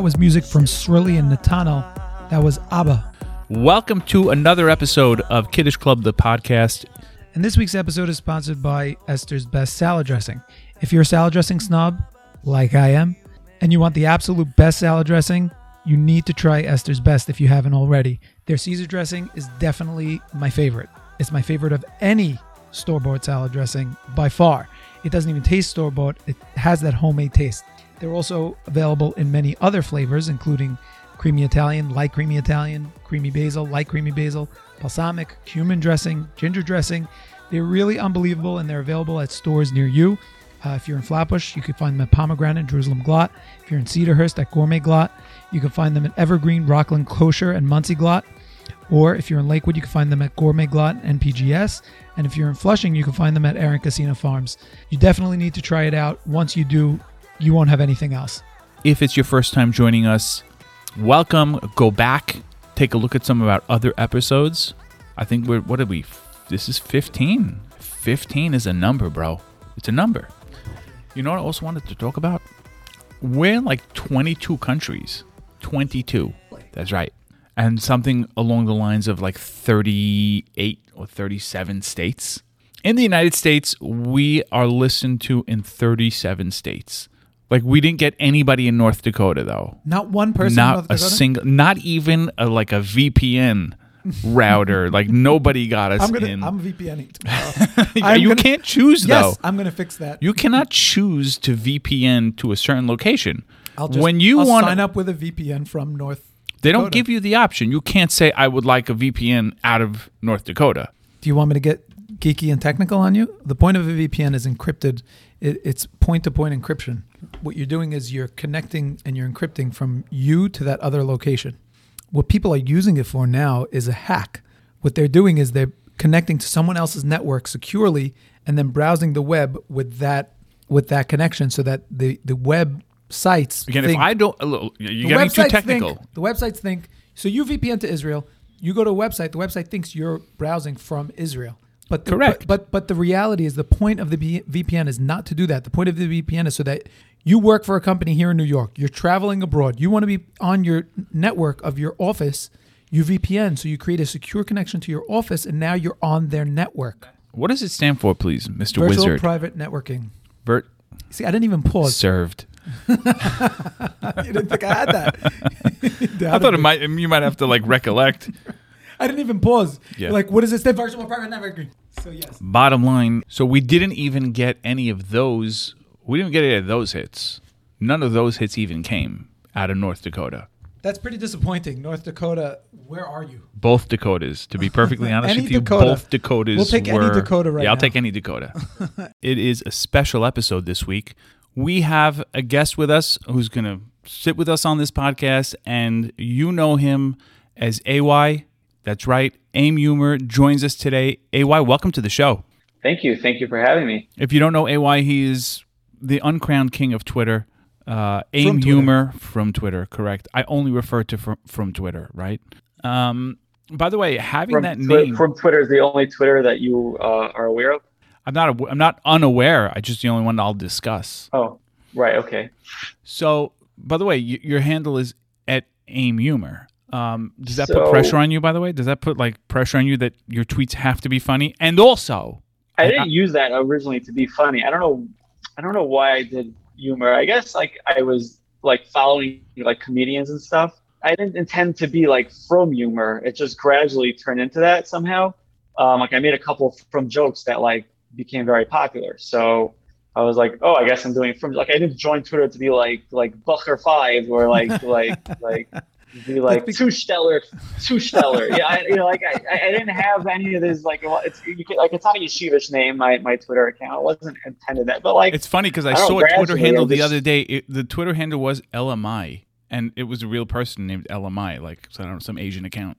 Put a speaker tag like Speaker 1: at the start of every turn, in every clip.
Speaker 1: was music from Srilly and Natano. That was ABBA.
Speaker 2: Welcome to another episode of Kiddish Club, the podcast.
Speaker 1: And this week's episode is sponsored by Esther's Best Salad Dressing. If you're a salad dressing snob, like I am, and you want the absolute best salad dressing, you need to try Esther's Best if you haven't already. Their Caesar dressing is definitely my favorite. It's my favorite of any store bought salad dressing by far. It doesn't even taste store bought, it has that homemade taste. They're also available in many other flavors, including creamy Italian, light creamy Italian, creamy basil, light creamy basil, balsamic, cumin dressing, ginger dressing. They're really unbelievable and they're available at stores near you. Uh, if you're in Flatbush, you can find them at Pomegranate and Jerusalem Glot. If you're in Cedarhurst at Gourmet Glot, you can find them at Evergreen, Rockland Kosher, and Muncie Glot. Or if you're in Lakewood, you can find them at Gourmet Glot and PGS. And if you're in Flushing, you can find them at Aaron Casino Farms. You definitely need to try it out. Once you do, you won't have anything else.
Speaker 2: If it's your first time joining us, welcome. Go back, take a look at some of our other episodes. I think we're, what did we, this is 15. 15 is a number, bro. It's a number. You know what I also wanted to talk about? We're in like 22 countries. 22. That's right. And something along the lines of like 38 or 37 states. In the United States, we are listened to in 37 states. Like we didn't get anybody in North Dakota though.
Speaker 1: Not one person.
Speaker 2: not a single not even a, like a VPN router. like nobody got us
Speaker 1: I'm gonna.
Speaker 2: in.
Speaker 1: I'm VPNing tomorrow.
Speaker 2: Yeah,
Speaker 1: I'm
Speaker 2: you
Speaker 1: gonna-
Speaker 2: can't choose though.
Speaker 1: Uh, Yes, I'm gonna fix that.
Speaker 2: You cannot choose to VPN to a certain location.
Speaker 1: I'll just,
Speaker 2: when you
Speaker 1: I'll
Speaker 2: want,
Speaker 1: sign up with a VPN from North.
Speaker 2: they don't
Speaker 1: Dakota.
Speaker 2: give you the option. You can't say I would like a VPN out of North Dakota.
Speaker 1: Do you want me to get geeky and technical on you? The point of a VPN is encrypted. It, it's point-to-point encryption. What you're doing is you're connecting and you're encrypting from you to that other location. What people are using it for now is a hack. What they're doing is they're connecting to someone else's network securely and then browsing the web with that with that connection, so that the the web sites
Speaker 2: Again, if
Speaker 1: think-
Speaker 2: I don't, uh, look, you're getting too
Speaker 1: websites
Speaker 2: technical.
Speaker 1: Think, the websites think so. You VPN to Israel. You go to a website. The website thinks you're browsing from Israel. But the,
Speaker 2: Correct.
Speaker 1: But, but the reality is the point of the B- VPN is not to do that. The point of the VPN is so that you work for a company here in New York. You're traveling abroad. You want to be on your network of your office. You VPN, so you create a secure connection to your office, and now you're on their network.
Speaker 2: What does it stand for, please, Mr.
Speaker 1: Virtual
Speaker 2: Wizard?
Speaker 1: private networking.
Speaker 2: Vert
Speaker 1: See, I didn't even pause.
Speaker 2: served.
Speaker 1: you didn't think I had that?
Speaker 2: I thought it might. You might have to like recollect.
Speaker 1: I didn't even pause.
Speaker 2: Yeah.
Speaker 1: Like, what is this? The virtual private networking. So yes.
Speaker 2: Bottom line, so we didn't even get any of those. We didn't get any of those hits. None of those hits even came out of North Dakota.
Speaker 1: That's pretty disappointing. North Dakota, where are you?
Speaker 2: Both Dakotas, to be perfectly honest
Speaker 1: Any
Speaker 2: with you,
Speaker 1: Dakota.
Speaker 2: both Dakotas.
Speaker 1: We'll take any
Speaker 2: were-
Speaker 1: Dakota right
Speaker 2: Yeah, I'll
Speaker 1: now.
Speaker 2: take any Dakota. it is a special episode this week. We have a guest with us who's going to sit with us on this podcast, and you know him as AY. That's right. Aim Humor joins us today. AY, welcome to the show.
Speaker 3: Thank you. Thank you for having me.
Speaker 2: If you don't know AY, he is the uncrowned king of Twitter. Uh, aim
Speaker 1: Twitter.
Speaker 2: humor from Twitter, correct? I only refer to from, from Twitter, right? Um, by the way, having
Speaker 3: From,
Speaker 2: that
Speaker 3: Twi-
Speaker 2: name,
Speaker 3: from Twitter is the only Twitter that you uh, are aware of.
Speaker 2: I'm not aw- I'm not unaware. I just the only one I'll discuss.
Speaker 3: Oh, right. Okay.
Speaker 2: So, by the way, y- your handle is at aim humor. Um, does that put
Speaker 3: So-
Speaker 2: pressure on you? By the way, does that put like pressure on you that your tweets have to be funny? And also,
Speaker 3: I didn't use that originally to be funny. I don't know. I don't know why I did humor. I guess like I was like following like comedians and stuff. I didn't intend to be like from humor. It just gradually turned into that somehow. Um, like I made a couple from jokes that like became very popular. So I was like, oh, I guess I'm doing from like I didn't join Twitter to be like like Bucker Five or like like like be like
Speaker 1: That's
Speaker 3: two stellar two stellar. Yeah, I, you know, like I, I- I didn't have any of this like it's you can, like it's not a yeshivish name. My my Twitter account it wasn't intended that, but like
Speaker 2: It's funny because I,
Speaker 3: I don't
Speaker 2: saw a Twitter
Speaker 3: gradually,
Speaker 2: handle
Speaker 3: I
Speaker 2: the
Speaker 3: just-
Speaker 2: other day. It, the Twitter handle was LMI, and it was a real person named LMI, like so I don't know, some Asian account.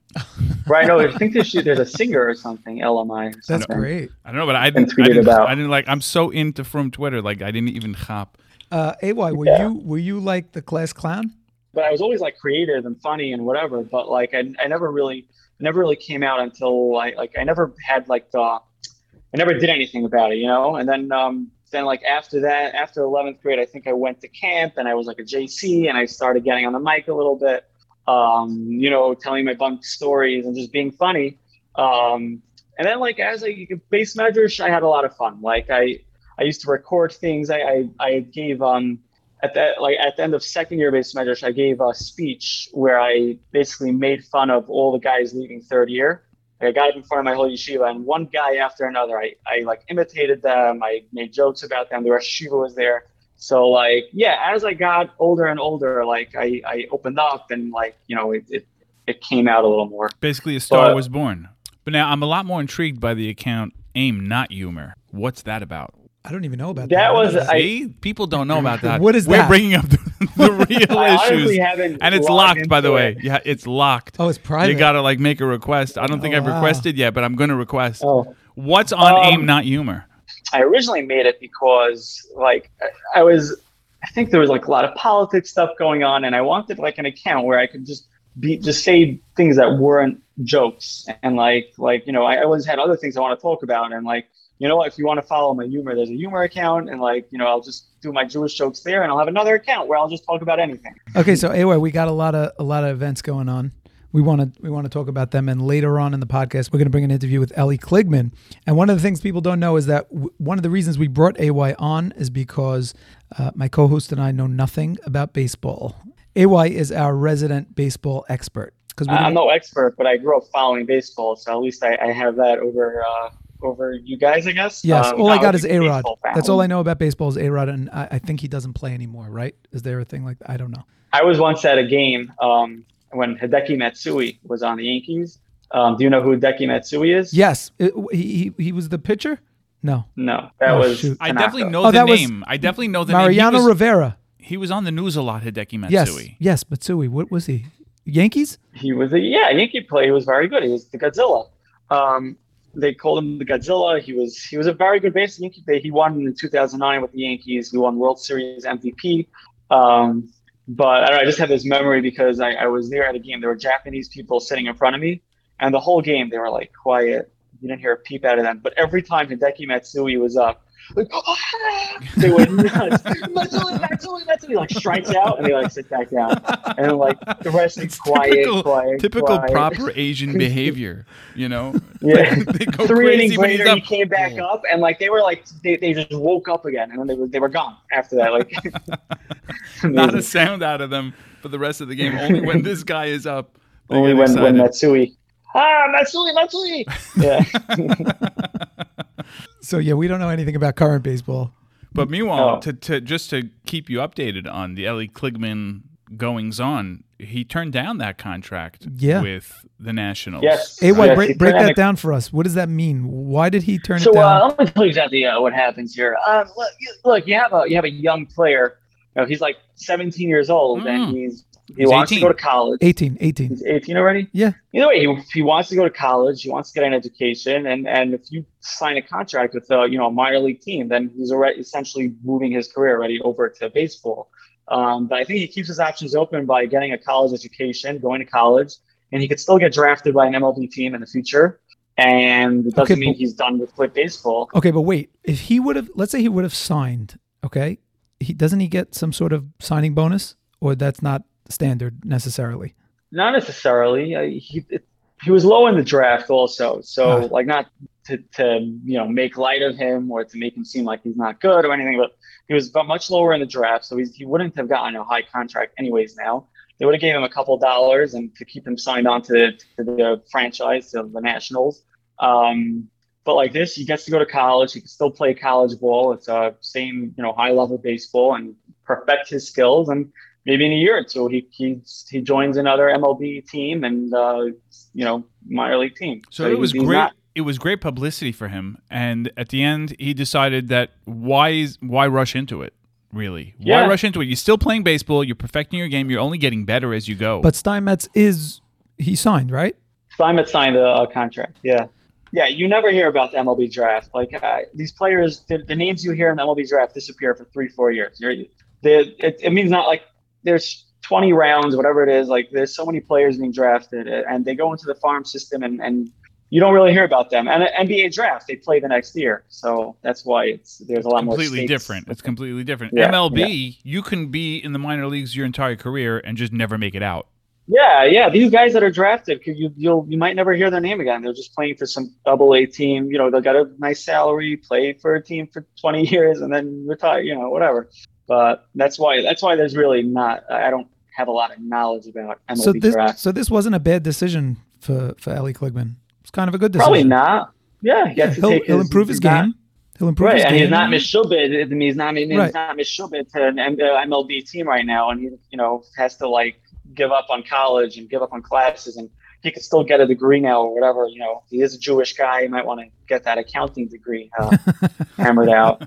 Speaker 3: right now I think there's there's a singer or something LMI. Or
Speaker 1: That's
Speaker 3: something.
Speaker 1: great.
Speaker 2: I don't know, but I didn't. I
Speaker 3: tweeted
Speaker 2: didn't,
Speaker 3: about.
Speaker 2: I didn't like. I'm so into from Twitter, like I didn't even hop.
Speaker 1: Uh, AY, were
Speaker 3: Yeah.
Speaker 1: you were you like the class clown?
Speaker 3: But I was always like creative and funny and whatever. But like I, I never really never really came out uh, until like like I never had like the I never did anything about it, you know. And then um, then like after that, after 11th grade, I think I went to camp and I was like a JC and I started getting on the mic a little bit, um, you know, telling my bunk stories and just being funny. Um, and then like as a base measure, I had a lot of fun. Like I, I used to record things. I, I, I gave, um, at that, like at the end of second year base measure, I gave a speech where I basically made fun of all the guys leaving third year. Like I got up in front of my whole yeshiva, and one guy after another, I, I like imitated them. I made jokes about them. The rest of yeshiva was there. So like, yeah, as I got older and older, like I, I opened up and like, you know, it, it, it came out a little more.
Speaker 2: Basically, a star
Speaker 3: But-
Speaker 2: was born. But now I'm a lot more intrigued by the account Aim Not Humor. What's that about?
Speaker 1: I don't even know about that.
Speaker 3: That was- I-
Speaker 2: See? People don't know about that.
Speaker 1: What is
Speaker 2: We're
Speaker 1: that?
Speaker 2: bringing up the, the real
Speaker 3: I honestly
Speaker 2: issues.
Speaker 3: haven't
Speaker 2: And it's
Speaker 3: logged
Speaker 2: locked, by the
Speaker 3: into
Speaker 2: way.
Speaker 3: it.
Speaker 2: Yeah, it's locked.
Speaker 1: oh, it's private.
Speaker 2: You gotta like make a request. I don't think
Speaker 1: Oh,
Speaker 2: I've
Speaker 1: wow.
Speaker 2: requested yet, but I'm gonna request.
Speaker 3: Oh.
Speaker 2: What's on
Speaker 3: Um,
Speaker 2: aim, not humor?
Speaker 3: I originally made it because like I- I was I think there was like a lot of politics stuff going on and I wanted like an account where I could just be just say things that weren't jokes and like like you know I, I always had other things I want to talk about and like you know if you want to follow my humor there's a humor account and like you know I'll just do my Jewish jokes there and I'll have another account where I'll just talk about anything.
Speaker 1: Okay, so anyway, we got a lot of a lot of events going on. We want to we want to talk about them, and later on in the podcast, we're going to bring an interview with Ellie Kligman. And one of the things people don't know is that w- one of the reasons we brought AY on is because uh, my co-host and I know nothing about baseball. AY is our resident baseball expert because we
Speaker 3: I- Uh, I'm
Speaker 1: didn't-
Speaker 3: no expert but I grew up following baseball so at least I, I have that over uh, over you guys I guess.
Speaker 1: yes,
Speaker 3: Um,
Speaker 1: all I got
Speaker 3: I'm
Speaker 1: is
Speaker 3: big
Speaker 1: A Rod.
Speaker 3: baseball fan.
Speaker 1: That's all I know about baseball is A Rod, and I, I think he doesn't play anymore. Right? Is there a thing like I don't know.
Speaker 3: I was once at a game um, when Hideki Matsui was on the Yankees. Um, do you know who Hideki Matsui is?
Speaker 1: Yes, it- he he, he was the pitcher. No,
Speaker 3: No, that
Speaker 1: Oh,
Speaker 3: was.
Speaker 1: shoot.
Speaker 2: I
Speaker 3: Tanaka.
Speaker 2: definitely know
Speaker 1: Oh,
Speaker 2: the
Speaker 1: that was
Speaker 2: name. I definitely know the name.
Speaker 1: Mariano
Speaker 2: He was,
Speaker 1: Rivera.
Speaker 2: he was on the news a lot, Hideki Matsui.
Speaker 1: Yes, yes, Matsui. What was he? Yankees?
Speaker 3: He was a yeah Yankee player. He was very good. He was the Godzilla. Um, they called him the Godzilla. He was he was a very good base Yankee player. He won in 2009 with the Yankees. He won World Series MVP. Um, but I, don't know, I just have this memory because I, I was there at a game. There were Japanese people sitting in front of me, and the whole game they were like quiet. You didn't hear a peep out of them. But every time Hideki Matsui was up, like "Oh, they were nuts. Matsui, Matsui, Matsui, like strikes out, and they like sit back down, and like the rest
Speaker 2: It's
Speaker 3: is quiet,
Speaker 2: typical-
Speaker 3: quiet,
Speaker 2: Typical
Speaker 3: quiet.
Speaker 2: proper Asian behavior, you know.
Speaker 3: Yeah.
Speaker 2: they go
Speaker 3: Three
Speaker 2: crazy
Speaker 3: innings
Speaker 2: when he's
Speaker 3: later, he
Speaker 2: up.
Speaker 3: came back up, and like they were like they, they just woke up again, and then they were they were gone after that. Like
Speaker 2: Not a
Speaker 3: amazing.
Speaker 2: sound out of them for the rest of the game. Only when this guy is up. they
Speaker 3: only
Speaker 2: get
Speaker 3: when when
Speaker 2: excited.
Speaker 3: Matsui ah Matsui Matsui yeah.
Speaker 1: So yeah, we don't know anything about current baseball.
Speaker 2: But meanwhile,
Speaker 3: Oh.
Speaker 2: to, to just to keep you updated on the Ellie Kligman goings on, he turned down that contract
Speaker 1: Yeah.
Speaker 2: with the Nationals.
Speaker 3: Yes.
Speaker 1: Ay,
Speaker 3: Yes, he
Speaker 1: break, break
Speaker 3: turned
Speaker 1: that
Speaker 3: it-
Speaker 1: down for us. What does that mean? Why did he turn it
Speaker 3: so
Speaker 1: down?
Speaker 3: uh, let me tell you exactly uh, what happens here. Um, look, you- look, you have a you have a young player. You know, he's like 17 years old,
Speaker 2: Mm.
Speaker 3: and he's he
Speaker 2: He's
Speaker 3: wants
Speaker 2: 18.
Speaker 3: to go to college.
Speaker 1: 18, 18.
Speaker 3: He's 18 already.
Speaker 1: Yeah.
Speaker 3: Either way, he, he wants to go to college. He wants to get an education, and and if you sign a contract with a you know a minor league team, then he's already essentially moving his career already over to baseball. Um, but I think he keeps his options open by getting a college education, going to college, and he could still get drafted by an MLB team in the future. And it doesn't
Speaker 1: Okay,
Speaker 3: mean
Speaker 1: but-
Speaker 3: he's done with play baseball.
Speaker 1: Okay, but wait. If he would have, let's say he would have signed. Okay, he doesn't he get some sort of signing bonus, or that's not standard necessarily.
Speaker 3: Not necessarily. Uh, he it, he was low in the draft also, so
Speaker 1: Ah.
Speaker 3: like not to, to you know make light of him or to make him seem like he's not good or anything, but he was bu- much lower in the draft, so he's, he wouldn't have gotten a high contract anyways. Now they would have gave him a couple dollars and to keep him signed on to the, to the franchise to the Nationals. Um, but like this, he gets to go to college. He can still play college ball. It's uh, same you know high level baseball and perfect his skills and maybe in a year or two he he, he joins another MLB team and uh, you know minor league team.
Speaker 2: So it was
Speaker 3: he's
Speaker 2: great.
Speaker 3: not-
Speaker 2: it was great publicity for him, and at the end, he decided that why is why rush into it? Really,
Speaker 3: Yeah.
Speaker 2: why rush into it? You're still playing baseball. You're perfecting your game. You're only getting better as you go.
Speaker 1: But Steinmetz is he signed right?
Speaker 3: Steinmetz signed a, a contract. Yeah. Yeah, you never hear about the MLB draft. Like uh, these players, the, the names you hear in the MLB draft disappear for three, four years. You're, they, it, it means not like there's 20 rounds, whatever it is. Like there's so many players being drafted, uh, and they go into the farm system and, and you don't really hear about them. And an NBA draft, they play the next year, so that's why it's there's a lot
Speaker 2: completely
Speaker 3: more stakes.
Speaker 2: different. It's completely different.
Speaker 3: Yeah,
Speaker 2: MLB, you can be in the minor leagues your entire career and just never make it out.
Speaker 3: Yeah, yeah. These guys that are drafted, 'cause you you'll you might never hear their name again. They're just playing for some double A team. You know, they got a nice salary, played for a team for twenty years, and then retire. You know, whatever. But that's why that's why there's really not. I don't have a lot of knowledge about MLB
Speaker 1: So this
Speaker 3: draft.
Speaker 1: so this wasn't a bad decision for for Ellie Kligman. It's kind of a good decision.
Speaker 3: Probably not. Yeah, he
Speaker 1: Yeah,
Speaker 3: gets to
Speaker 1: he'll,
Speaker 3: take
Speaker 1: he'll improve his
Speaker 3: he's not-
Speaker 1: game. He'll improve
Speaker 3: Right,
Speaker 1: his
Speaker 3: and
Speaker 1: game.
Speaker 3: he's not mishubid. I mean, he's not. I mean,
Speaker 1: Right.
Speaker 3: He's not mishubid to an M- uh, MLB team right now, and he, you know, has to like give up on college and give up on classes, and he could still get a degree now or whatever. You know, he is a Jewish guy. He might want to get that accounting degree uh, hammered out.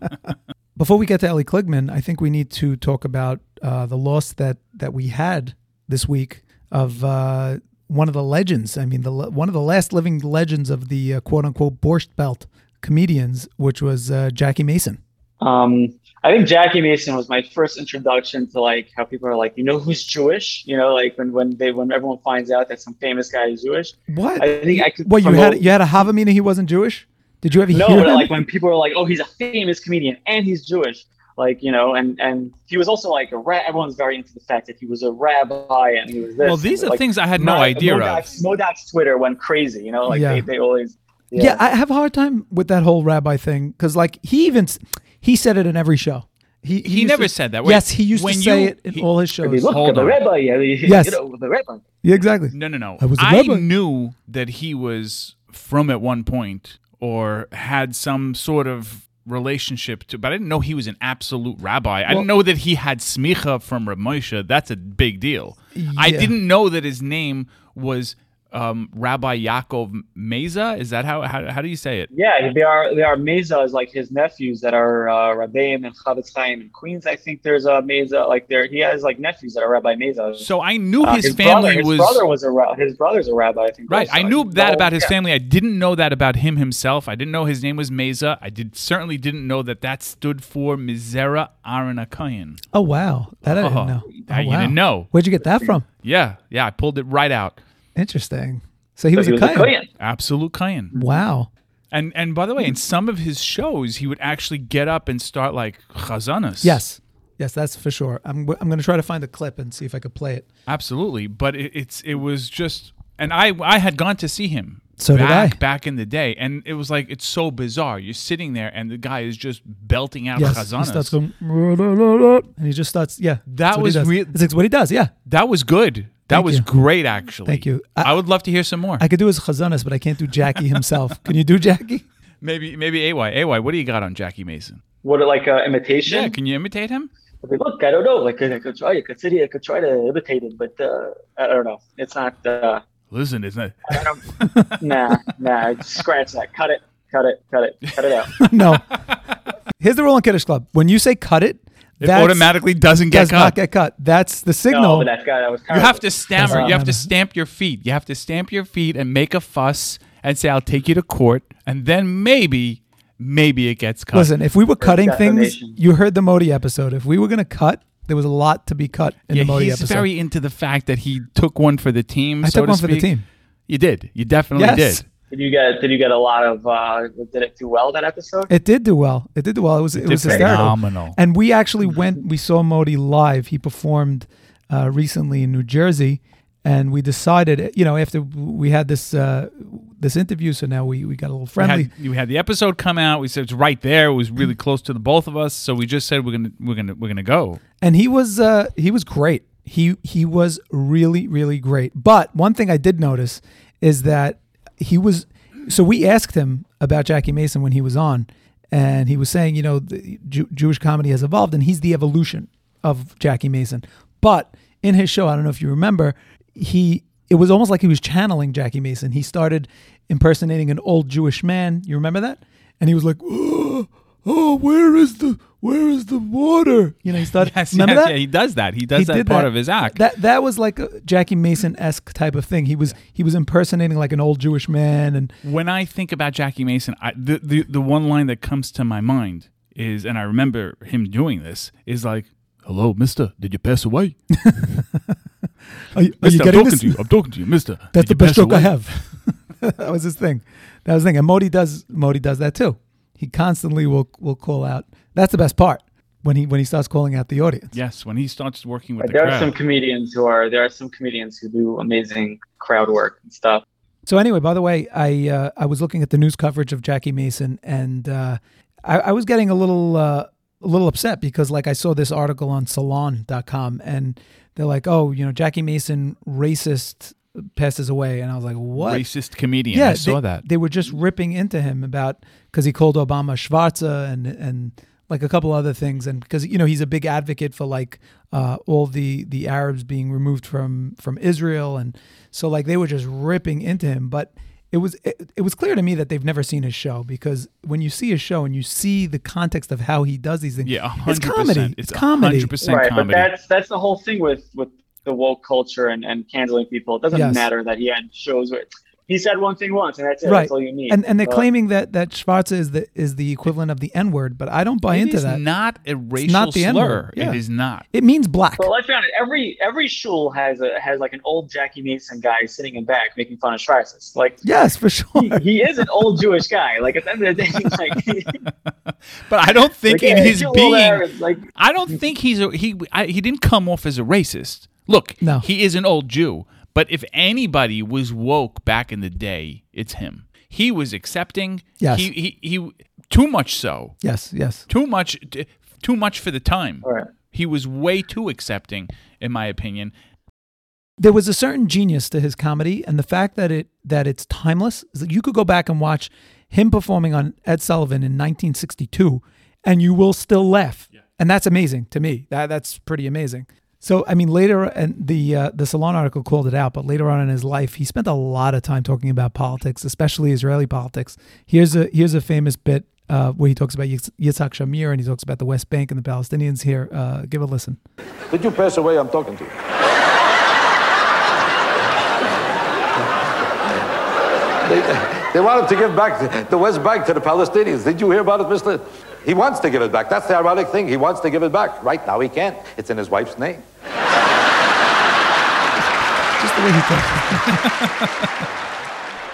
Speaker 1: Before we get to Ellie Kligman, I think we need to talk about uh, the loss that that we had this week of uh, one of the legends. I mean, the le- one of the last living legends of the uh, quote unquote Borscht Belt comedians, which was uh, Jackie Mason.
Speaker 3: Um, I think Jackie Mason was my first introduction to like how people are like, you know, who's Jewish? You know, like when when they when everyone finds out that some famous guy is Jewish.
Speaker 1: What?
Speaker 3: I think I could.
Speaker 1: Well, you
Speaker 3: promote-
Speaker 1: had you had a Havamina. He wasn't Jewish. Did you ever
Speaker 3: no,
Speaker 1: hear
Speaker 3: but,
Speaker 1: him?
Speaker 3: like when people are like, "Oh, he's a famous comedian and he's Jewish," like you know, and and he was also like a ra- everyone's very into the fact that he was a rabbi and he was this.
Speaker 2: well, these are
Speaker 3: like,
Speaker 2: things I had no
Speaker 3: Mo-
Speaker 2: idea of.
Speaker 3: Modoc's, Modoc's Twitter went crazy, you know, like
Speaker 1: Yeah.
Speaker 3: they, they always.
Speaker 1: Yeah. I have a hard time with that whole rabbi thing because, like, he even s- he said it in every show. He
Speaker 2: He
Speaker 1: used
Speaker 2: never
Speaker 1: to-
Speaker 2: said that. Wait,
Speaker 1: Yes, he used
Speaker 2: when
Speaker 1: to
Speaker 2: you-
Speaker 1: say it in
Speaker 2: he-
Speaker 1: all his
Speaker 3: I mean,
Speaker 1: shows.
Speaker 3: look
Speaker 2: Hold
Speaker 3: at the
Speaker 2: on.
Speaker 3: rabbi. I mean,
Speaker 1: Yes.
Speaker 3: you know, the rabbi.
Speaker 1: Yeah, exactly.
Speaker 2: No, no, no.
Speaker 1: I was a
Speaker 2: I
Speaker 1: rabbi.
Speaker 2: knew that he was from at one point or had some sort of relationship to, but I didn't know he was an absolute rabbi. I
Speaker 1: Well-
Speaker 2: didn't know that he had smicha from Rav Moshe. That's a big deal. I
Speaker 1: Yeah.
Speaker 2: didn't know that his name was um, Rabbi Yaakov Meza. Is that how, how how do you say it?
Speaker 3: Yeah, they are. They are Meza is like his nephews that are uh, Rabbeim and Chavetz Chaim in Queens. I think there's a Meza like there. He has like nephews that are Rabbi Meza.
Speaker 2: So I knew
Speaker 3: Uh,
Speaker 2: his, family
Speaker 3: brother, his
Speaker 2: was
Speaker 3: brother was a ra- his brother's a rabbi. I think
Speaker 2: Right.
Speaker 3: also.
Speaker 2: I knew
Speaker 3: think the
Speaker 2: that
Speaker 3: whole-
Speaker 2: about his
Speaker 3: yeah.
Speaker 2: family. I didn't know that about him himself. I didn't know his name was Meza. I did certainly didn't know that that stood for Mizera Aronakayan.
Speaker 1: Oh wow, that I
Speaker 2: Oh,
Speaker 1: didn't know.
Speaker 2: that
Speaker 1: Oh,
Speaker 2: you
Speaker 1: wow.
Speaker 2: didn't know.
Speaker 1: Where'd you get that from?
Speaker 2: Yeah. Yeah. I pulled it right out.
Speaker 1: Interesting. So he was,
Speaker 3: he
Speaker 1: a, Kayan.
Speaker 3: Kohen.
Speaker 2: Absolute Kayan.
Speaker 1: Wow.
Speaker 2: And and by the way, in some of his shows, he would actually get up and start like chazanas.
Speaker 1: Yes. Yes, that's for sure. I'm I'm gonna try to find the clip and see if I could play it.
Speaker 2: Absolutely. But it, it's it was just and I I had gone to see him.
Speaker 1: So did
Speaker 2: back,
Speaker 1: I.
Speaker 2: Back in the day. And it was like it's so bizarre. You're sitting there and the guy is just belting out
Speaker 1: Yes. He
Speaker 2: chazanas.
Speaker 1: starts going and he just starts. Yeah. that's what he
Speaker 2: was
Speaker 1: does.
Speaker 2: real-
Speaker 1: That's what he does. Yeah.
Speaker 2: That was good. That
Speaker 1: Thank
Speaker 2: was
Speaker 1: you.
Speaker 2: great, actually.
Speaker 1: Thank you. I-
Speaker 2: I, would love to hear some more.
Speaker 1: I could do his chazanas, but I can't do Jackie himself. Can you do Jackie?
Speaker 2: maybe, maybe AY. AY, what do you got on Jackie Mason?
Speaker 3: What like uh, imitation?
Speaker 2: Yeah, can you imitate him?
Speaker 3: I mean, look, I don't know. Like I could try, I could sit here, I could try to imitate it, but uh, I don't know. It's not. Uh,
Speaker 2: Listen, isn't it?
Speaker 3: I don't, nah, nah. Scratch that. Cut it. Cut it. Cut it. Cut it out.
Speaker 1: no. Here's the rule in Kiddish Club: when you say "cut it,"
Speaker 2: It
Speaker 1: that's-
Speaker 2: automatically doesn't get
Speaker 1: does
Speaker 2: cut.
Speaker 1: not get cut. That's the
Speaker 3: No,
Speaker 1: signal.
Speaker 3: but that guy that was.
Speaker 2: you have to
Speaker 1: Doesn't
Speaker 2: stammer. You have
Speaker 1: matter.
Speaker 2: to stamp your feet. You have to stamp your feet and make a fuss and say, "I'll take you to court," and then maybe, maybe it gets cut.
Speaker 1: Listen, if we were cutting things,
Speaker 3: defamation.
Speaker 1: you heard the Modi episode. If we were going to cut, there was a lot to be cut in
Speaker 2: yeah,
Speaker 1: the Modi
Speaker 2: he's
Speaker 1: episode.
Speaker 2: very into the fact that he took one for the team.
Speaker 1: I
Speaker 2: so
Speaker 1: took
Speaker 2: to
Speaker 1: one for the
Speaker 2: speak.
Speaker 1: team.
Speaker 2: You did. You definitely
Speaker 1: Yes.
Speaker 2: did.
Speaker 3: Did you get? Did you get a lot of? Uh, did it do well that episode?
Speaker 1: It did do well. It did do well. It was it,
Speaker 2: did
Speaker 1: was hysterical.
Speaker 2: phenomenal.
Speaker 1: And we actually went. We saw Modi live. He performed uh, recently in New Jersey, and we decided, you know, after we had this uh, this interview, so now we we got a little
Speaker 2: We
Speaker 1: friendly.
Speaker 2: had, we had the episode come out. We said it's right there. It was really close to the both of us, so we just said we're gonna we're gonna we're gonna go.
Speaker 1: and he was uh, he was great. He he was really really great. But one thing I did notice is that he was. So we asked him about Jackie Mason when he was on, and he was saying, you know, the Jew- Jewish comedy has evolved, and he's the evolution of Jackie Mason. But in his show, I don't know if you remember, he it was almost like he was channeling Jackie Mason. He started impersonating an old Jewish man. You remember that? And he was like, oh, oh where is the where is the water? You know, he started.
Speaker 2: Yes,
Speaker 1: remember
Speaker 2: yes,
Speaker 1: that?
Speaker 2: yeah, he does that. He does
Speaker 1: He
Speaker 2: that
Speaker 1: did
Speaker 2: part of his act.
Speaker 1: That that was like a Jackie Mason esque type of thing. He was he was impersonating like an old Jewish man, and
Speaker 2: when I think about Jackie Mason, I, the, the the one line that comes to my mind is, and I remember him doing this, is like, "Hello, Mister, did you pass away?"
Speaker 1: are, you- are you
Speaker 2: Mister, I'm
Speaker 1: getting
Speaker 2: talking
Speaker 1: this?
Speaker 2: to you. I'm talking to you, Mister.
Speaker 1: That's the
Speaker 2: Did you
Speaker 1: best
Speaker 2: pass
Speaker 1: joke I
Speaker 2: away?"
Speaker 1: have. that was his thing. That was his thing. And Modi does Modi does that too. He constantly will will call out. That's the best part when he when he starts calling out the audience.
Speaker 2: Yes, when he starts working with the
Speaker 3: there are
Speaker 2: crowd.
Speaker 3: some comedians who are there are some comedians who do amazing crowd work and stuff.
Speaker 1: So anyway, by the way, I uh, I was looking at the news coverage of Jackie Mason, and uh, I, I was getting a little uh, a little upset because like I saw this article on Salon.com, and they're like, oh, you know, Jackie Mason racist passes away, and I was like, what?
Speaker 2: Racist comedian.
Speaker 1: yeah,
Speaker 2: I saw
Speaker 1: they,
Speaker 2: that.
Speaker 1: They were just ripping into him about because he called Obama Schwarza and and like a couple other things, and because you know he's a big advocate for like uh, all the the Arabs being removed from from Israel, and so like they were just ripping into him, but. It was it, it was clear to me that they've never seen his show because when you see his show and you see the context of how he does these things,
Speaker 2: yeah, 100%.
Speaker 1: it's comedy. It's, comedy.
Speaker 2: 100%
Speaker 3: right,
Speaker 2: comedy.
Speaker 3: but that's that's the whole thing with with the woke culture and, and canceling people. It doesn't
Speaker 1: Yes.
Speaker 3: matter that he had shows where he said one thing once and that's it.
Speaker 1: Right.
Speaker 3: That's all you need.
Speaker 1: And and they're
Speaker 2: Uh,
Speaker 3: But
Speaker 1: claiming that that Schwarza is the is the equivalent of the N word, but I don't buy
Speaker 2: It
Speaker 1: into
Speaker 2: is
Speaker 1: that.
Speaker 2: not a racial
Speaker 1: not the
Speaker 2: slur.
Speaker 1: N-word. Yeah.
Speaker 2: It is not.
Speaker 1: it means black.
Speaker 3: But let's be honest, every every shul has a has like an old Jackie Mason guy sitting in back making fun of Schwartzes. Like
Speaker 1: Yes, for sure.
Speaker 3: he, he is an old Jewish guy. Like at the end of the day, like,
Speaker 2: But I don't think
Speaker 3: like, yeah,
Speaker 2: in his
Speaker 3: you old
Speaker 2: being,
Speaker 3: Arabs, like
Speaker 2: I don't think he's a he. I, he didn't come off as a racist. Look,
Speaker 1: No.
Speaker 2: he is an old Jew. But if anybody was woke back in the day, it's him. He was accepting.
Speaker 1: Yes.
Speaker 2: He he, he too much so.
Speaker 1: Yes, yes.
Speaker 2: Too much. t- Too much for the time.
Speaker 3: All right.
Speaker 2: He was way too accepting, in my opinion.
Speaker 1: There was a certain genius to his comedy, and the fact that it that it's timeless is that you could go back and watch him performing on Ed Sullivan in 1962, and you will still laugh, and that's amazing to me. That that's pretty amazing. So I mean, later and the uh, the Salon article called it out, but later on in his life, he spent a lot of time talking about politics, especially Israeli politics. Here's a here's a famous bit uh, where he talks about Yitz- Yitzhak Shamir and he talks about the West Bank and the Palestinians. Here, uh, give a listen.
Speaker 4: Did you pass away? I'm talking to you. they, they wanted to give back the- the West Bank to the Palestinians. Did you hear about it, Mr.? He wants to give it back. That's the ironic thing. He wants to give it back. Right now, he can't. It's in his wife's name.
Speaker 1: Just the way he talks.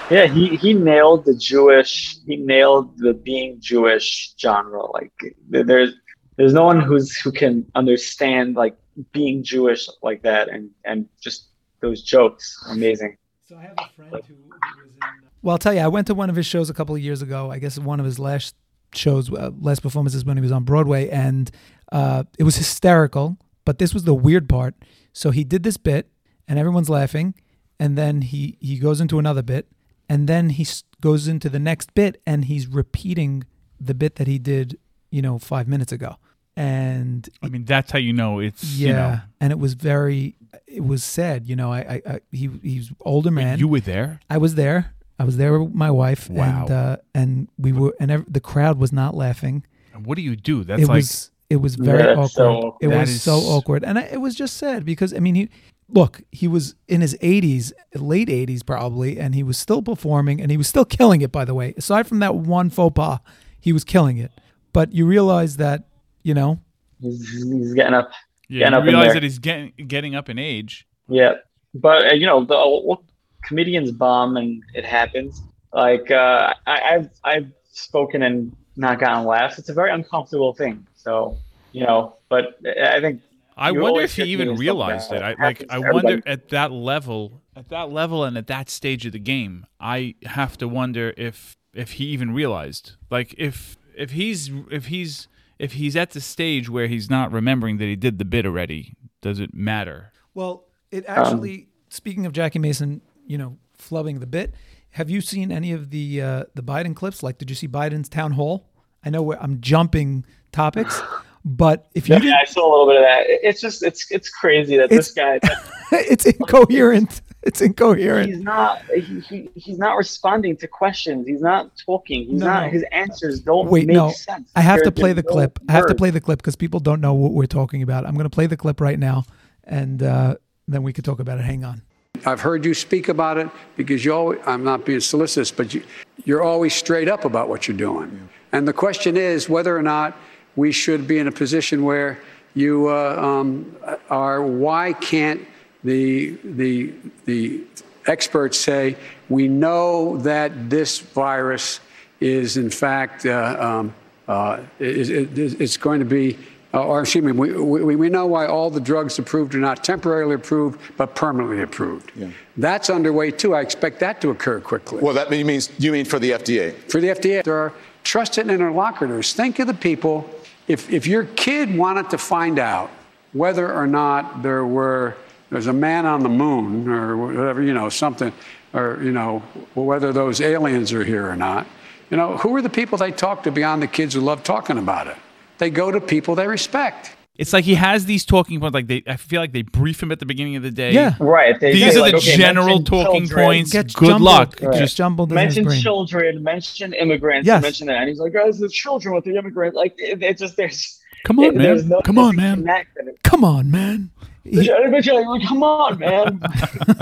Speaker 3: Yeah, he, he nailed the Jewish. He nailed the being Jewish genre. Like th- there's there's no one who's who can understand like being Jewish like that, and and just those jokes, amazing.
Speaker 1: So I have a friend who, who was in. Well, I'll tell you, I went to one of his shows a couple of years ago. I guess one of his last shows, uh, last performances when he was on Broadway, and uh, it was hysterical. But this was the weird part. So he did this bit, and everyone's laughing, and then he he goes into another bit, and then he s- goes into the next bit, and he's repeating the bit that he did, you know, five minutes ago, and
Speaker 2: I mean, that's how you know it's.
Speaker 1: yeah, and it was very, it was sad, you know. I, I, I he he's older
Speaker 2: You, know,
Speaker 1: man.
Speaker 2: you were there.
Speaker 1: I was there. I was there with my wife.
Speaker 2: Wow.
Speaker 1: And, uh, and we were, and ev- the crowd was not laughing.
Speaker 2: And What do you do? That's
Speaker 1: it
Speaker 2: like
Speaker 1: was, it was very
Speaker 3: Yeah,
Speaker 1: awkward.
Speaker 3: that's so awkward.
Speaker 1: It
Speaker 2: That
Speaker 1: was
Speaker 2: is-
Speaker 1: so awkward, and I, it was just sad because I mean, he look, he was in his eighties, late eighties probably, and he was still performing, and he was still killing it. By the way, aside from that one faux pas, he was killing it. But you realize that, you know,
Speaker 3: He's, he's getting up.
Speaker 2: yeah.
Speaker 3: and
Speaker 2: You
Speaker 3: up in
Speaker 2: realize
Speaker 3: there.
Speaker 2: that he's getting getting up in age.
Speaker 3: Yeah, but uh, you know the well, comedians bomb, and it happens. Like uh, I, I've I've spoken and not gotten laughs. It's a very uncomfortable thing. So you know, but I think
Speaker 2: I
Speaker 3: You
Speaker 2: wonder
Speaker 3: always
Speaker 2: if he
Speaker 3: get
Speaker 2: even
Speaker 3: news
Speaker 2: realized it.
Speaker 3: like
Speaker 2: I
Speaker 3: that.
Speaker 2: like.
Speaker 3: Happens to
Speaker 2: I wonder
Speaker 3: everybody.
Speaker 2: at that level, at that level, and at that stage of the game, I have to wonder if if he even realized. Like if if he's if he's if he's at the stage where he's not remembering that he did the bit already, does it matter?
Speaker 1: Well, it actually.
Speaker 2: Um,
Speaker 1: speaking of Jackie Mason, you know, flubbing the bit. Have you seen any of the uh, the Biden clips? Like, did you see Biden's town hall? I know where I'm jumping topics, but if you
Speaker 3: Yeah, I saw a little bit of that. It- It's just it's it's crazy that this guy
Speaker 1: didn't, it's incoherent. It's incoherent.
Speaker 3: he's not he, he, he's not responding to questions. He's not talking. He's
Speaker 1: No, no.
Speaker 3: not his answers don't
Speaker 1: Wait,
Speaker 3: make
Speaker 1: no.
Speaker 3: sense.
Speaker 1: I have to
Speaker 3: There's
Speaker 1: play the
Speaker 3: no
Speaker 1: clip. I have to
Speaker 3: words.
Speaker 1: play the clip because people don't know what we're talking about. I'm going to play the clip right now, and uh, then we could talk about it. Hang on.
Speaker 5: I've heard you speak about it because you always, I'm not being solicitous, but you, you're always straight up about what you're doing. And the question is whether or not we should be in a position where you uh, um, are, why can't the, the, the experts say We know that this virus is, in fact, uh, um, uh, is, is, it's going to be, uh, or excuse me, we, we, we know why all the drugs approved are not temporarily approved, but permanently approved. That's underway too. I expect that to occur quickly.
Speaker 6: Well, that means you mean for the FDA.
Speaker 5: For the FDA, there are trusted interlocutors. Think of the people. If, if your kid wanted to find out whether or not there were there's a man on the moon or whatever you know something or you know whether those aliens are here or not you know who are the people they talk to beyond the kids who love talking about it they go to people they respect
Speaker 2: It's like he has these talking points. Like they, I feel like they brief him at the beginning of the day.
Speaker 1: Yeah.
Speaker 3: Right. They
Speaker 2: These
Speaker 3: say,
Speaker 2: are
Speaker 3: like,
Speaker 2: the
Speaker 3: okay,
Speaker 2: general
Speaker 3: mention
Speaker 2: talking
Speaker 3: children,
Speaker 2: points.
Speaker 1: Gets
Speaker 2: Good
Speaker 1: jumbled.
Speaker 2: luck.
Speaker 1: It gets
Speaker 2: Just
Speaker 1: jumbled in his
Speaker 3: Mention
Speaker 1: brain.
Speaker 3: children, mention immigrants,
Speaker 1: Yes.
Speaker 3: mention that. And he's like, oh, it's the children with the immigrants. Like, it, it just, there's.
Speaker 2: come on,
Speaker 3: it- there's
Speaker 2: man.
Speaker 3: no
Speaker 2: Come on, man.
Speaker 3: connect that it-
Speaker 1: Come on, man. He-
Speaker 3: Like, Come on, man.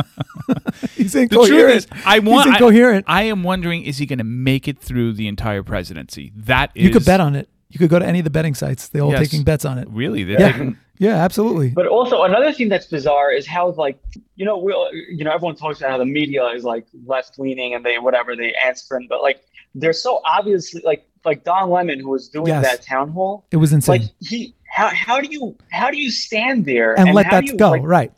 Speaker 1: he's
Speaker 2: The truth is,
Speaker 1: incoherent.
Speaker 2: I want.
Speaker 1: He's
Speaker 2: I-
Speaker 1: incoherent.
Speaker 2: I, am wondering, is he going to make it through the entire presidency? That is.
Speaker 1: you could bet on it. You could go to any of the betting sites. They're all
Speaker 2: Yes.
Speaker 1: taking bets on it.
Speaker 2: Really? They're
Speaker 1: Yeah.
Speaker 2: taking-
Speaker 1: Yeah, absolutely.
Speaker 3: But also another thing that's bizarre is how like you know we you know everyone talks about how the media is like left leaning and they whatever they answer but like they're so obviously like like Don Lemon who was doing
Speaker 1: Yes.
Speaker 3: that town hall
Speaker 1: it was insane.
Speaker 3: like he how how do you how do you stand there
Speaker 1: and, let
Speaker 3: how
Speaker 1: that
Speaker 3: do you,
Speaker 1: go.
Speaker 3: like-
Speaker 1: right.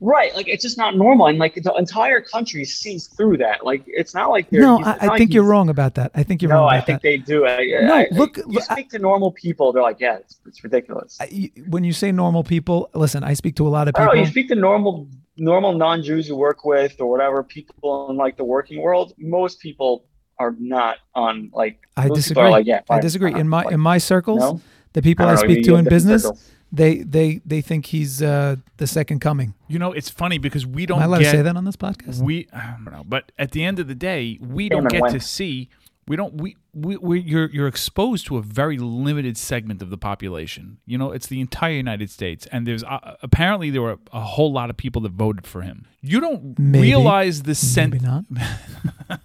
Speaker 3: right like it's just not normal and like the entire country sees through that like it's not like they're,
Speaker 1: No,
Speaker 3: it's
Speaker 1: I,
Speaker 3: not
Speaker 1: I
Speaker 3: like
Speaker 1: think you're
Speaker 3: he's-
Speaker 1: wrong about that. I think you're
Speaker 3: no
Speaker 1: wrong
Speaker 3: I
Speaker 1: about
Speaker 3: think
Speaker 1: that.
Speaker 3: they do I,
Speaker 1: No,
Speaker 3: I,
Speaker 1: look-
Speaker 3: you
Speaker 1: look, I-
Speaker 3: speak to normal people they're like yeah it's, it's ridiculous
Speaker 1: I- you- when you say normal people, listen, I speak to a lot of
Speaker 3: I
Speaker 1: people.
Speaker 3: don't know. Oh, You speak to normal normal non Jews you work with or whatever people in like the working world. Most people are not on like.
Speaker 1: I
Speaker 3: most
Speaker 1: disagree.
Speaker 3: People are like, yeah,
Speaker 1: I
Speaker 3: fine,
Speaker 1: disagree.
Speaker 3: fine,
Speaker 1: In my
Speaker 3: like,
Speaker 1: in my circles,
Speaker 3: no?
Speaker 1: the people I,
Speaker 3: don't know,
Speaker 1: speak
Speaker 3: you
Speaker 1: to
Speaker 3: get
Speaker 1: in
Speaker 3: different
Speaker 1: business,
Speaker 3: circles.
Speaker 1: they they they think he's uh, the second coming.
Speaker 2: You know, it's funny because we
Speaker 1: Am
Speaker 2: don't
Speaker 1: I allowed
Speaker 2: get.
Speaker 1: to say that on this podcast?
Speaker 2: We I don't know, but at the end of the day, we
Speaker 3: Came
Speaker 2: don't
Speaker 3: and
Speaker 2: get to
Speaker 3: went.
Speaker 2: see. We don't. We we we you're you're exposed to a very limited segment of the population. You know, it's the entire United States, and there's uh, apparently there were a whole lot of people that voted for him. You don't
Speaker 1: Maybe.
Speaker 2: realize the sense.
Speaker 1: Maybe not.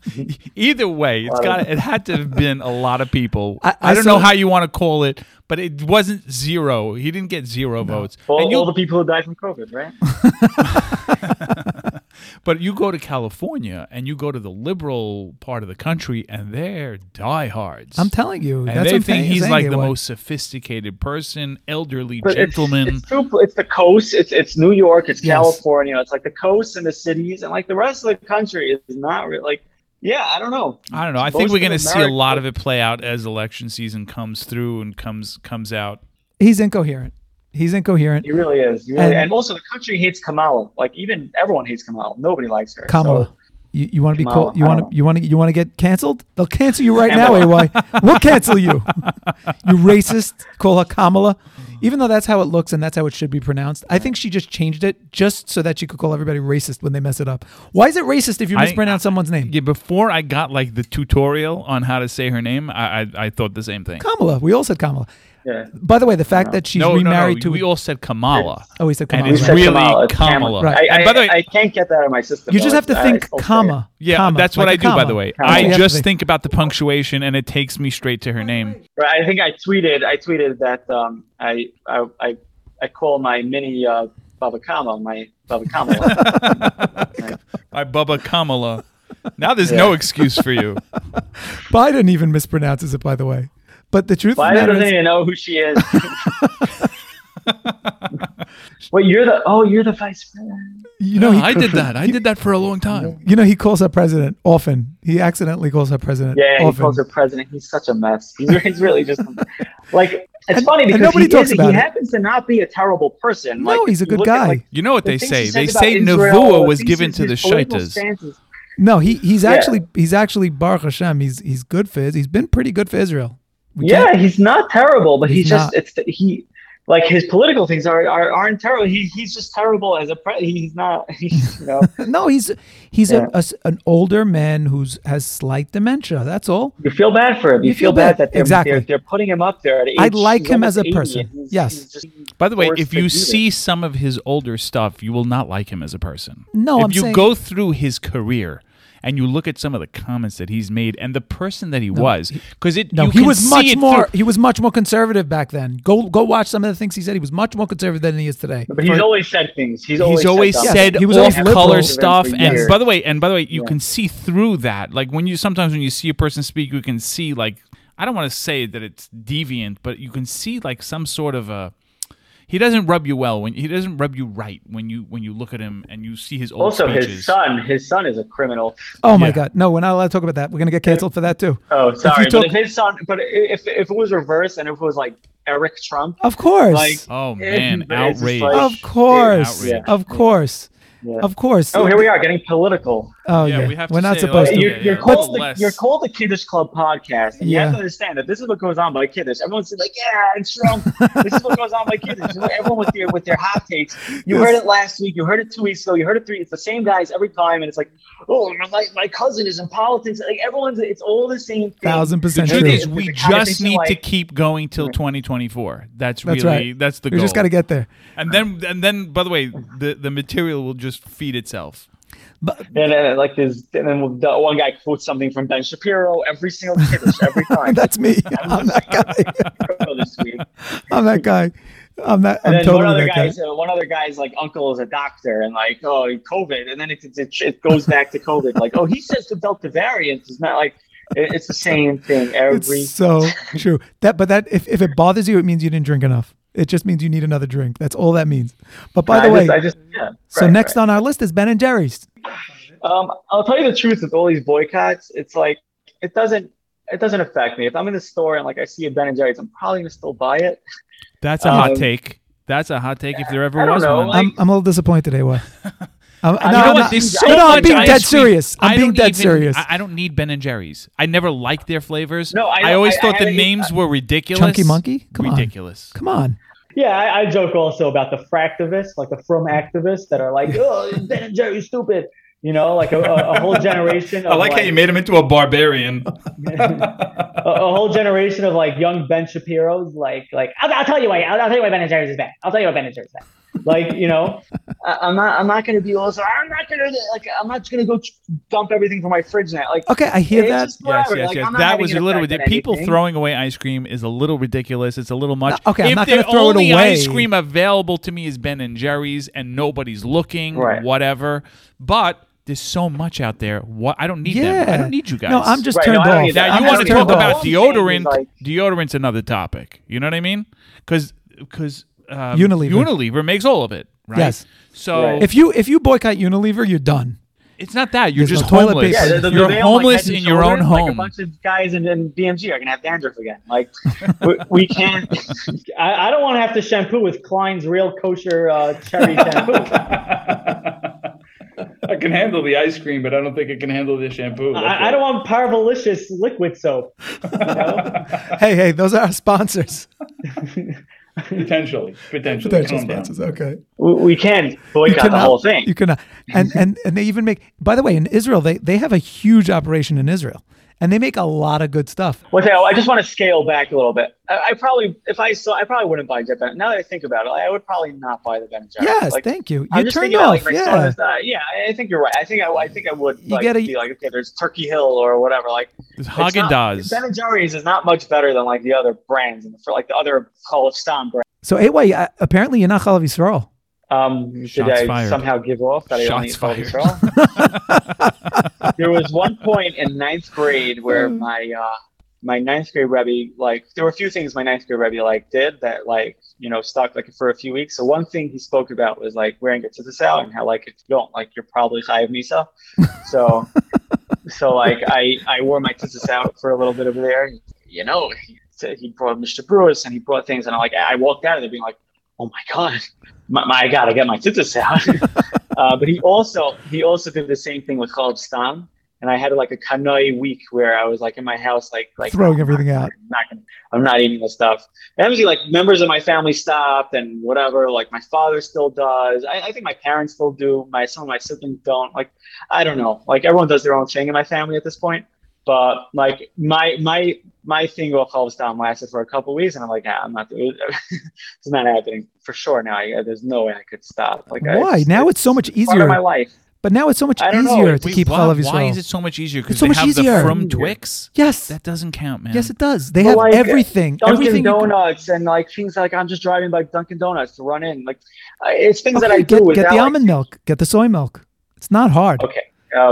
Speaker 2: Either way, it's got it had to have been a lot of people. I,
Speaker 1: I- I
Speaker 2: don't
Speaker 1: saw-
Speaker 2: know how you want to call it, but it wasn't zero. He didn't get zero votes.
Speaker 3: All,
Speaker 2: and you,
Speaker 3: all the people who died from COVID, right?
Speaker 2: But you go to California and you go to the liberal part of the country, and they're diehards.
Speaker 1: I'm telling you,
Speaker 2: and
Speaker 1: that's
Speaker 2: they
Speaker 1: what I'm
Speaker 2: think
Speaker 1: saying-
Speaker 2: he's
Speaker 1: saying
Speaker 2: like
Speaker 1: it
Speaker 2: the
Speaker 1: was.
Speaker 2: most sophisticated person, elderly
Speaker 3: But it's,
Speaker 2: gentleman.
Speaker 3: it's, too- it's the coast. It's it's New York. It's
Speaker 1: Yes.
Speaker 3: California. It's like the coast and the cities and like the rest of the country is not really like. Yeah, I don't know.
Speaker 2: I don't know. I think
Speaker 3: Most
Speaker 2: we're
Speaker 3: of
Speaker 2: going to see a
Speaker 3: America-
Speaker 2: lot of it play out as election season comes through and comes comes out.
Speaker 1: He's incoherent. He's incoherent.
Speaker 3: He really is. He really-
Speaker 1: And-
Speaker 3: and, also, the country hates Kamala. Like even everyone hates Kamala. Nobody likes her.
Speaker 1: Kamala.
Speaker 3: So-
Speaker 1: you, you want to be
Speaker 3: Kamala,
Speaker 1: called? You
Speaker 3: I
Speaker 1: want
Speaker 3: don't
Speaker 1: to? You want to? You want to get canceled? They'll cancel you right now,
Speaker 3: Kamala.
Speaker 1: AY. We'll cancel you. you racist. Call her Kamala,
Speaker 3: Mm.
Speaker 1: even though that's how it looks and that's how it should be pronounced. I think she just changed it just so that she could call everybody racist when they mess it up. Why is it racist if you
Speaker 2: I-
Speaker 1: mispronounce someone's name?
Speaker 2: Yeah, before I got like the tutorial on how to say her name, I I, I thought the same thing.
Speaker 1: Kamala. We all said Kamala.
Speaker 3: yeah.
Speaker 1: By the way, the fact that she's
Speaker 2: no, no, no,
Speaker 1: remarried to
Speaker 2: we all said Kamala.
Speaker 1: oh, he said
Speaker 2: and
Speaker 1: Kamala.
Speaker 2: it's
Speaker 1: right.
Speaker 2: really
Speaker 3: it's
Speaker 2: Kamala.
Speaker 1: Right.
Speaker 3: I,
Speaker 2: And
Speaker 3: I,
Speaker 2: by the way-
Speaker 3: I can't get that out of my system.
Speaker 1: You just
Speaker 3: though.
Speaker 1: have to
Speaker 3: I-
Speaker 1: think
Speaker 3: I still say
Speaker 1: comma.
Speaker 2: Yeah,
Speaker 1: comma,
Speaker 2: that's what
Speaker 1: like
Speaker 2: I
Speaker 1: a
Speaker 2: do. By
Speaker 1: comma.
Speaker 2: the way,
Speaker 1: That's what you
Speaker 2: I
Speaker 1: have to
Speaker 2: just think. about the punctuation, and it takes me straight to her name.
Speaker 3: it. Right, I think I tweeted. I tweeted that um, I, I I I call my mini uh, Baba Kama my Baba Kama.
Speaker 2: By Bubba Kamala. Now there's no excuse for you.
Speaker 1: Biden even mispronounces it. By the way, but the truth of
Speaker 3: Why
Speaker 1: the
Speaker 3: doesn't
Speaker 1: matter is,
Speaker 3: even know who she is? Wait, you're the oh, you're the vice president.
Speaker 1: you know, he
Speaker 2: I did that. I did that for a long time.
Speaker 1: You know, he calls her president often. He accidentally calls her president.
Speaker 3: Yeah, he
Speaker 1: often.
Speaker 3: calls her president. He's such a mess. He's, he's really just like it's funny because
Speaker 1: nobody
Speaker 3: he,
Speaker 1: talks
Speaker 3: is,
Speaker 1: about
Speaker 3: he
Speaker 1: it.
Speaker 3: happens to not be a terrible person.
Speaker 1: No,
Speaker 3: like,
Speaker 1: he's a
Speaker 3: you
Speaker 1: good
Speaker 3: look at,
Speaker 1: guy.
Speaker 3: like,
Speaker 2: You know what
Speaker 3: the
Speaker 2: they
Speaker 3: things
Speaker 2: say.
Speaker 3: he
Speaker 2: They
Speaker 3: says about
Speaker 2: say
Speaker 3: Israel,
Speaker 2: Navua was
Speaker 3: things
Speaker 2: given
Speaker 3: he's-
Speaker 2: to the
Speaker 3: his political
Speaker 2: Shaitas.
Speaker 3: stances.
Speaker 1: No, he, he's
Speaker 3: Yeah.
Speaker 1: actually he's actually Baruch Hashem. He's he's good for Is He's been pretty good for Israel. We
Speaker 3: Yeah,
Speaker 1: can't-
Speaker 3: he's not terrible, but
Speaker 1: He's
Speaker 3: he's, just
Speaker 1: not.
Speaker 3: it's the, he like his political things are, are aren't terrible. He, he's just terrible as a pre- he's not he's, you know
Speaker 1: No, he's he's
Speaker 3: Yeah.
Speaker 1: a, a s- an older man who's has slight dementia. That's all.
Speaker 3: you feel bad for him. You, feel, bad, that they're,
Speaker 1: Exactly.
Speaker 3: they're they're putting him up there at age,
Speaker 1: I'd like
Speaker 3: he's
Speaker 1: him as
Speaker 3: almost
Speaker 1: a
Speaker 3: 80,
Speaker 1: person.
Speaker 3: and he's-
Speaker 1: Yes.
Speaker 3: he's just
Speaker 2: By the way,
Speaker 3: forced
Speaker 2: if
Speaker 3: to
Speaker 2: you
Speaker 3: do
Speaker 2: see
Speaker 3: this.
Speaker 2: some of his older stuff, you will not like him as a person.
Speaker 1: No,
Speaker 2: if
Speaker 1: I'm
Speaker 2: you
Speaker 1: saying-
Speaker 2: go through his career and you look at some of the comments that he's made and the person that he was, because it
Speaker 1: No,
Speaker 2: you
Speaker 1: he
Speaker 2: can
Speaker 1: was
Speaker 2: see
Speaker 1: much
Speaker 2: it
Speaker 1: more.
Speaker 2: through-
Speaker 1: He was much more conservative back then. Go go watch some of the things he said. He was much more conservative than he is today.
Speaker 3: But he's
Speaker 1: For-
Speaker 3: always said things. He's always,
Speaker 2: He's always
Speaker 3: said, dumb
Speaker 2: said
Speaker 1: he was
Speaker 2: off
Speaker 1: always liberal.
Speaker 2: color stuff,
Speaker 3: For
Speaker 2: and
Speaker 3: years.
Speaker 2: by the way, and by the way, you can see through that. Like when you sometimes when you see a person speak, you can see like I don't want to say that it's deviant, but you can see like some sort of a. He doesn't rub you well when he doesn't rub you right when you when you look at him and you see his old
Speaker 3: Also,
Speaker 2: speeches.
Speaker 3: his son, his son is a criminal.
Speaker 1: Oh my
Speaker 2: Yeah.
Speaker 1: God! No, we're not allowed to talk about that. We're gonna get canceled for that too.
Speaker 3: Oh, sorry,
Speaker 1: talk-
Speaker 3: but if his son, but if if it was reversed and if it was like Eric Trump,
Speaker 1: Of course.
Speaker 3: Like-
Speaker 2: Oh
Speaker 3: Yeah,
Speaker 2: man,
Speaker 3: but it's just
Speaker 2: outrage!
Speaker 3: like-
Speaker 1: of course.
Speaker 2: Yeah.
Speaker 1: Of course.
Speaker 3: Yeah.
Speaker 1: Of course.
Speaker 3: oh, here we are getting political.
Speaker 1: Oh yeah.
Speaker 2: Yeah,
Speaker 1: We
Speaker 2: we have
Speaker 1: are
Speaker 2: to
Speaker 1: not
Speaker 2: say, like,
Speaker 1: supposed to.
Speaker 3: you're,
Speaker 2: yeah,
Speaker 3: you're
Speaker 2: yeah.
Speaker 3: called the,
Speaker 2: Less.
Speaker 3: you're called the Kiddish Club podcast. And You have
Speaker 1: Yeah.
Speaker 3: to understand that this is what goes on by Kiddish. Everyone's like, yeah, it's Trump. this is what goes on by Kiddish. Everyone with their with their hot takes. You heard it last week. You heard it two weeks ago. You heard it three. It's the same guys every time, and it's like, oh, my, my cousin is in politics. Like everyone's, it's all the same. Thing.
Speaker 1: Thousand
Speaker 2: the
Speaker 1: percent
Speaker 2: truth
Speaker 1: true.
Speaker 2: is,
Speaker 3: It's
Speaker 2: we
Speaker 3: a
Speaker 2: just
Speaker 3: conversation
Speaker 2: need to
Speaker 3: like-
Speaker 2: keep going till 2024. That's,
Speaker 1: That's
Speaker 2: really
Speaker 1: right.
Speaker 2: that's the
Speaker 1: We
Speaker 2: goal.
Speaker 1: just got to get there.
Speaker 2: and then and then by the way, the the material will just feed itself.
Speaker 1: But
Speaker 3: And then like this, and then the one guy quotes something from Ben Shapiro every single Kiddish every time.
Speaker 1: that's me. I'm that guy.
Speaker 3: this week.
Speaker 1: I'm that guy. I'm that. I'm
Speaker 3: And then one
Speaker 1: totally
Speaker 3: other
Speaker 1: that guy.
Speaker 3: guy's uh, one other guy's like uncle is a doctor and like oh COVID and then it, it, it goes back to COVID like oh he says the Delta variant is not like it, it's the same thing every
Speaker 1: It's so true. That, but that if, if it bothers you, it means you didn't drink enough. It just means you need another drink. That's all that means. But by the
Speaker 3: I
Speaker 1: way,
Speaker 3: just, I just yeah,
Speaker 1: so
Speaker 3: right,
Speaker 1: next
Speaker 3: right.
Speaker 1: on our list is Ben and Jerry's.
Speaker 3: um I'll tell you the truth with all these boycotts it's like it doesn't it doesn't affect me if I'm in the store and like I see a Ben and Jerry's I'm probably gonna still buy it
Speaker 2: That's a hot
Speaker 3: Um,
Speaker 2: take. That's a hot take if there
Speaker 3: I
Speaker 2: ever
Speaker 3: don't
Speaker 2: was
Speaker 3: know,
Speaker 2: one.
Speaker 3: like-
Speaker 1: I'm, I'm a little disappointed, AY. I'm, no,
Speaker 3: know
Speaker 1: I'm
Speaker 3: what,
Speaker 1: not-
Speaker 3: there's
Speaker 1: no,
Speaker 3: so
Speaker 1: no, I'm
Speaker 3: much
Speaker 1: being
Speaker 3: ice
Speaker 1: dead
Speaker 2: cream.
Speaker 1: serious. I'm
Speaker 2: I
Speaker 1: being
Speaker 2: don't
Speaker 1: dead
Speaker 2: even-
Speaker 1: serious.
Speaker 2: I, I don't need Ben and Jerry's. I never liked their flavors.
Speaker 3: No, I
Speaker 2: I, uh,
Speaker 3: don't-
Speaker 2: always
Speaker 3: I-
Speaker 2: thought
Speaker 3: I
Speaker 2: the
Speaker 3: haven't-
Speaker 2: names were ridiculous.
Speaker 1: Chunky Monkey? Come on.
Speaker 2: ridiculous.
Speaker 1: Come on.
Speaker 3: Yeah, I, I joke also about the fractivists, like the from activists that are like, oh, Ben and Jerry's stupid. You know, like a, a, a whole generation. Of
Speaker 2: made him into a barbarian.
Speaker 3: a, a whole generation of like young Ben Shapiro's, like like I'll, I'll tell you why I'll, I'll tell you why Ben and Jerry's is bad. I'll tell you why Ben and Jerry's is bad. Like you know, I, I'm not I'm not gonna be also I'm not gonna like I'm not gonna go dump everything from my fridge now. Like
Speaker 1: Okay, I hear
Speaker 3: it's
Speaker 1: that.
Speaker 3: just
Speaker 2: Yes,
Speaker 3: whatever.
Speaker 2: yes,
Speaker 3: Like,
Speaker 2: yes.
Speaker 3: I'm not
Speaker 2: That
Speaker 3: having
Speaker 2: was
Speaker 3: an
Speaker 2: a little
Speaker 3: effect on
Speaker 2: ridiculous. People
Speaker 3: anything.
Speaker 2: throwing away ice cream is a little ridiculous. It's a little much.
Speaker 1: No, okay, I'm
Speaker 2: if
Speaker 1: not
Speaker 2: the
Speaker 1: gonna throw it
Speaker 2: only
Speaker 1: away.
Speaker 2: ice cream available to me is Ben and Jerry's, and nobody's looking,
Speaker 3: Right.
Speaker 2: whatever. But there's so much out there. What I don't need them. I
Speaker 1: Yeah.
Speaker 2: don't need you guys.
Speaker 1: No, I'm just
Speaker 3: Right, no,
Speaker 1: turned
Speaker 3: I don't
Speaker 1: off.
Speaker 3: need that.
Speaker 2: Now
Speaker 1: I'm
Speaker 2: you
Speaker 3: just
Speaker 2: want to
Speaker 1: turned
Speaker 2: talk
Speaker 3: curious.
Speaker 1: off.
Speaker 2: about
Speaker 3: All I'm saying is,
Speaker 2: deodorant?
Speaker 3: like-
Speaker 2: deodorant's another topic. You know what I mean? Because because um,
Speaker 1: Unilever.
Speaker 2: Unilever makes all of it, right?
Speaker 1: Yes.
Speaker 2: So
Speaker 3: Right.
Speaker 1: If you if you boycott Unilever, you're done.
Speaker 2: it's not that you're
Speaker 1: There's
Speaker 2: just
Speaker 1: no toilet
Speaker 2: homeless.
Speaker 1: paper. Yeah, the- the-
Speaker 2: you're
Speaker 3: they all, like,
Speaker 2: homeless
Speaker 3: head and
Speaker 2: in your own
Speaker 3: shoulders,
Speaker 2: home.
Speaker 3: Like a bunch of guys in, in BMG are gonna have dandruff again. Like we, we can't. I, I don't want to have to shampoo with Klein's real kosher uh, cherry shampoo.
Speaker 7: I can handle the ice cream, but I don't think I can handle the shampoo.
Speaker 8: I, I don't want Parvalicious liquid soap.
Speaker 1: Hey, hey, those are our sponsors.
Speaker 7: potentially, potentially.
Speaker 1: Potential
Speaker 7: Calm down.
Speaker 1: sponsors. Okay.
Speaker 3: we, we can't boycott
Speaker 1: You cannot-
Speaker 3: the whole thing.
Speaker 1: You cannot. And and and they even make. By the way, in Israel, they they have a huge operation in Israel, and they make a lot of good stuff.
Speaker 3: Well, tell you what, I just want to scale back a little bit. I, I probably, if I saw, I probably wouldn't buy Jet Ben. Now that I think about it, I would probably not buy the Ben and Jerry's.
Speaker 1: Yes,
Speaker 3: Like,
Speaker 1: thank you.
Speaker 3: I'm
Speaker 1: You
Speaker 3: just
Speaker 1: turned
Speaker 3: thinking about,
Speaker 1: off.
Speaker 3: like, my
Speaker 1: yeah.
Speaker 3: son is not- yeah, I- I think you're right. I think I, I think I would
Speaker 1: You
Speaker 3: like,
Speaker 1: gotta-
Speaker 3: be like, okay, there's Turkey Hill or whatever. Like It's not-
Speaker 2: Haagen-Dazs.
Speaker 3: Ben and Jerry's is not much better than like the other brands and for like the other Call of Stam brand.
Speaker 1: So AY, uh, apparently you're not Chalav Yisrael.
Speaker 3: Um, did
Speaker 2: Shots
Speaker 3: I
Speaker 2: fired.
Speaker 3: somehow give off that I only
Speaker 2: Shots
Speaker 3: Call of
Speaker 2: fired.
Speaker 3: Stam? there was one point in ninth grade where
Speaker 2: Mm.
Speaker 3: my uh, my ninth grade rebbe like there were a few things my ninth grade rebbe like did that like you know stuck like for a few weeks. So one thing he spoke about was like wearing it to the sale and how like if you don't like you're probably high of misa. So so like I I wore my tzitzis out for a little bit over there. You know, he, said he brought Mr. Brewis and he brought things, and I like I walked out of there being like, oh my god, my, my I gotta get my tzitzis out. uh, but he also he also did the same thing with Chalab Stam, and I had like a kanoi week where I was like in my house like like
Speaker 1: Throwing everything out.
Speaker 3: I'm not gonna, I'm not eating this stuff. And obviously, like members of my family stopped and whatever. Like my father still does. I, I think my parents still do. My some of my siblings don't. Like I don't know. Like everyone does their own thing in my family at this point. But like my my my thing will call down lasted for a couple weeks, and I'm like, nah, I'm not. doing it." it's not happening for sure now. I, there's no way I could stop. Like I-
Speaker 1: Why?
Speaker 3: it's-
Speaker 1: Now it's so much
Speaker 3: Part of my
Speaker 1: easier.
Speaker 3: life.
Speaker 1: But now it's so much
Speaker 9: I don't know.
Speaker 1: easier to
Speaker 2: Wait,
Speaker 1: keep
Speaker 2: why,
Speaker 1: Chalav Yisrael.
Speaker 2: Why is it so much easier? Because
Speaker 1: It's so
Speaker 2: they
Speaker 1: much
Speaker 2: have
Speaker 1: easier.
Speaker 2: the from Twix.
Speaker 1: Yes.
Speaker 2: that doesn't count, man.
Speaker 1: yes, it does. They
Speaker 9: But,
Speaker 1: have
Speaker 9: like,
Speaker 1: everything.
Speaker 9: Dunkin'
Speaker 1: everything you can-
Speaker 9: Donuts and like things like I'm just driving like Dunkin' Donuts to run in. Like I- it's things that
Speaker 1: Okay,
Speaker 9: I
Speaker 1: get,
Speaker 9: do.
Speaker 1: Get
Speaker 9: without,
Speaker 1: the
Speaker 9: like-
Speaker 1: almond milk. Get the soy milk. It's not hard.
Speaker 9: Okay.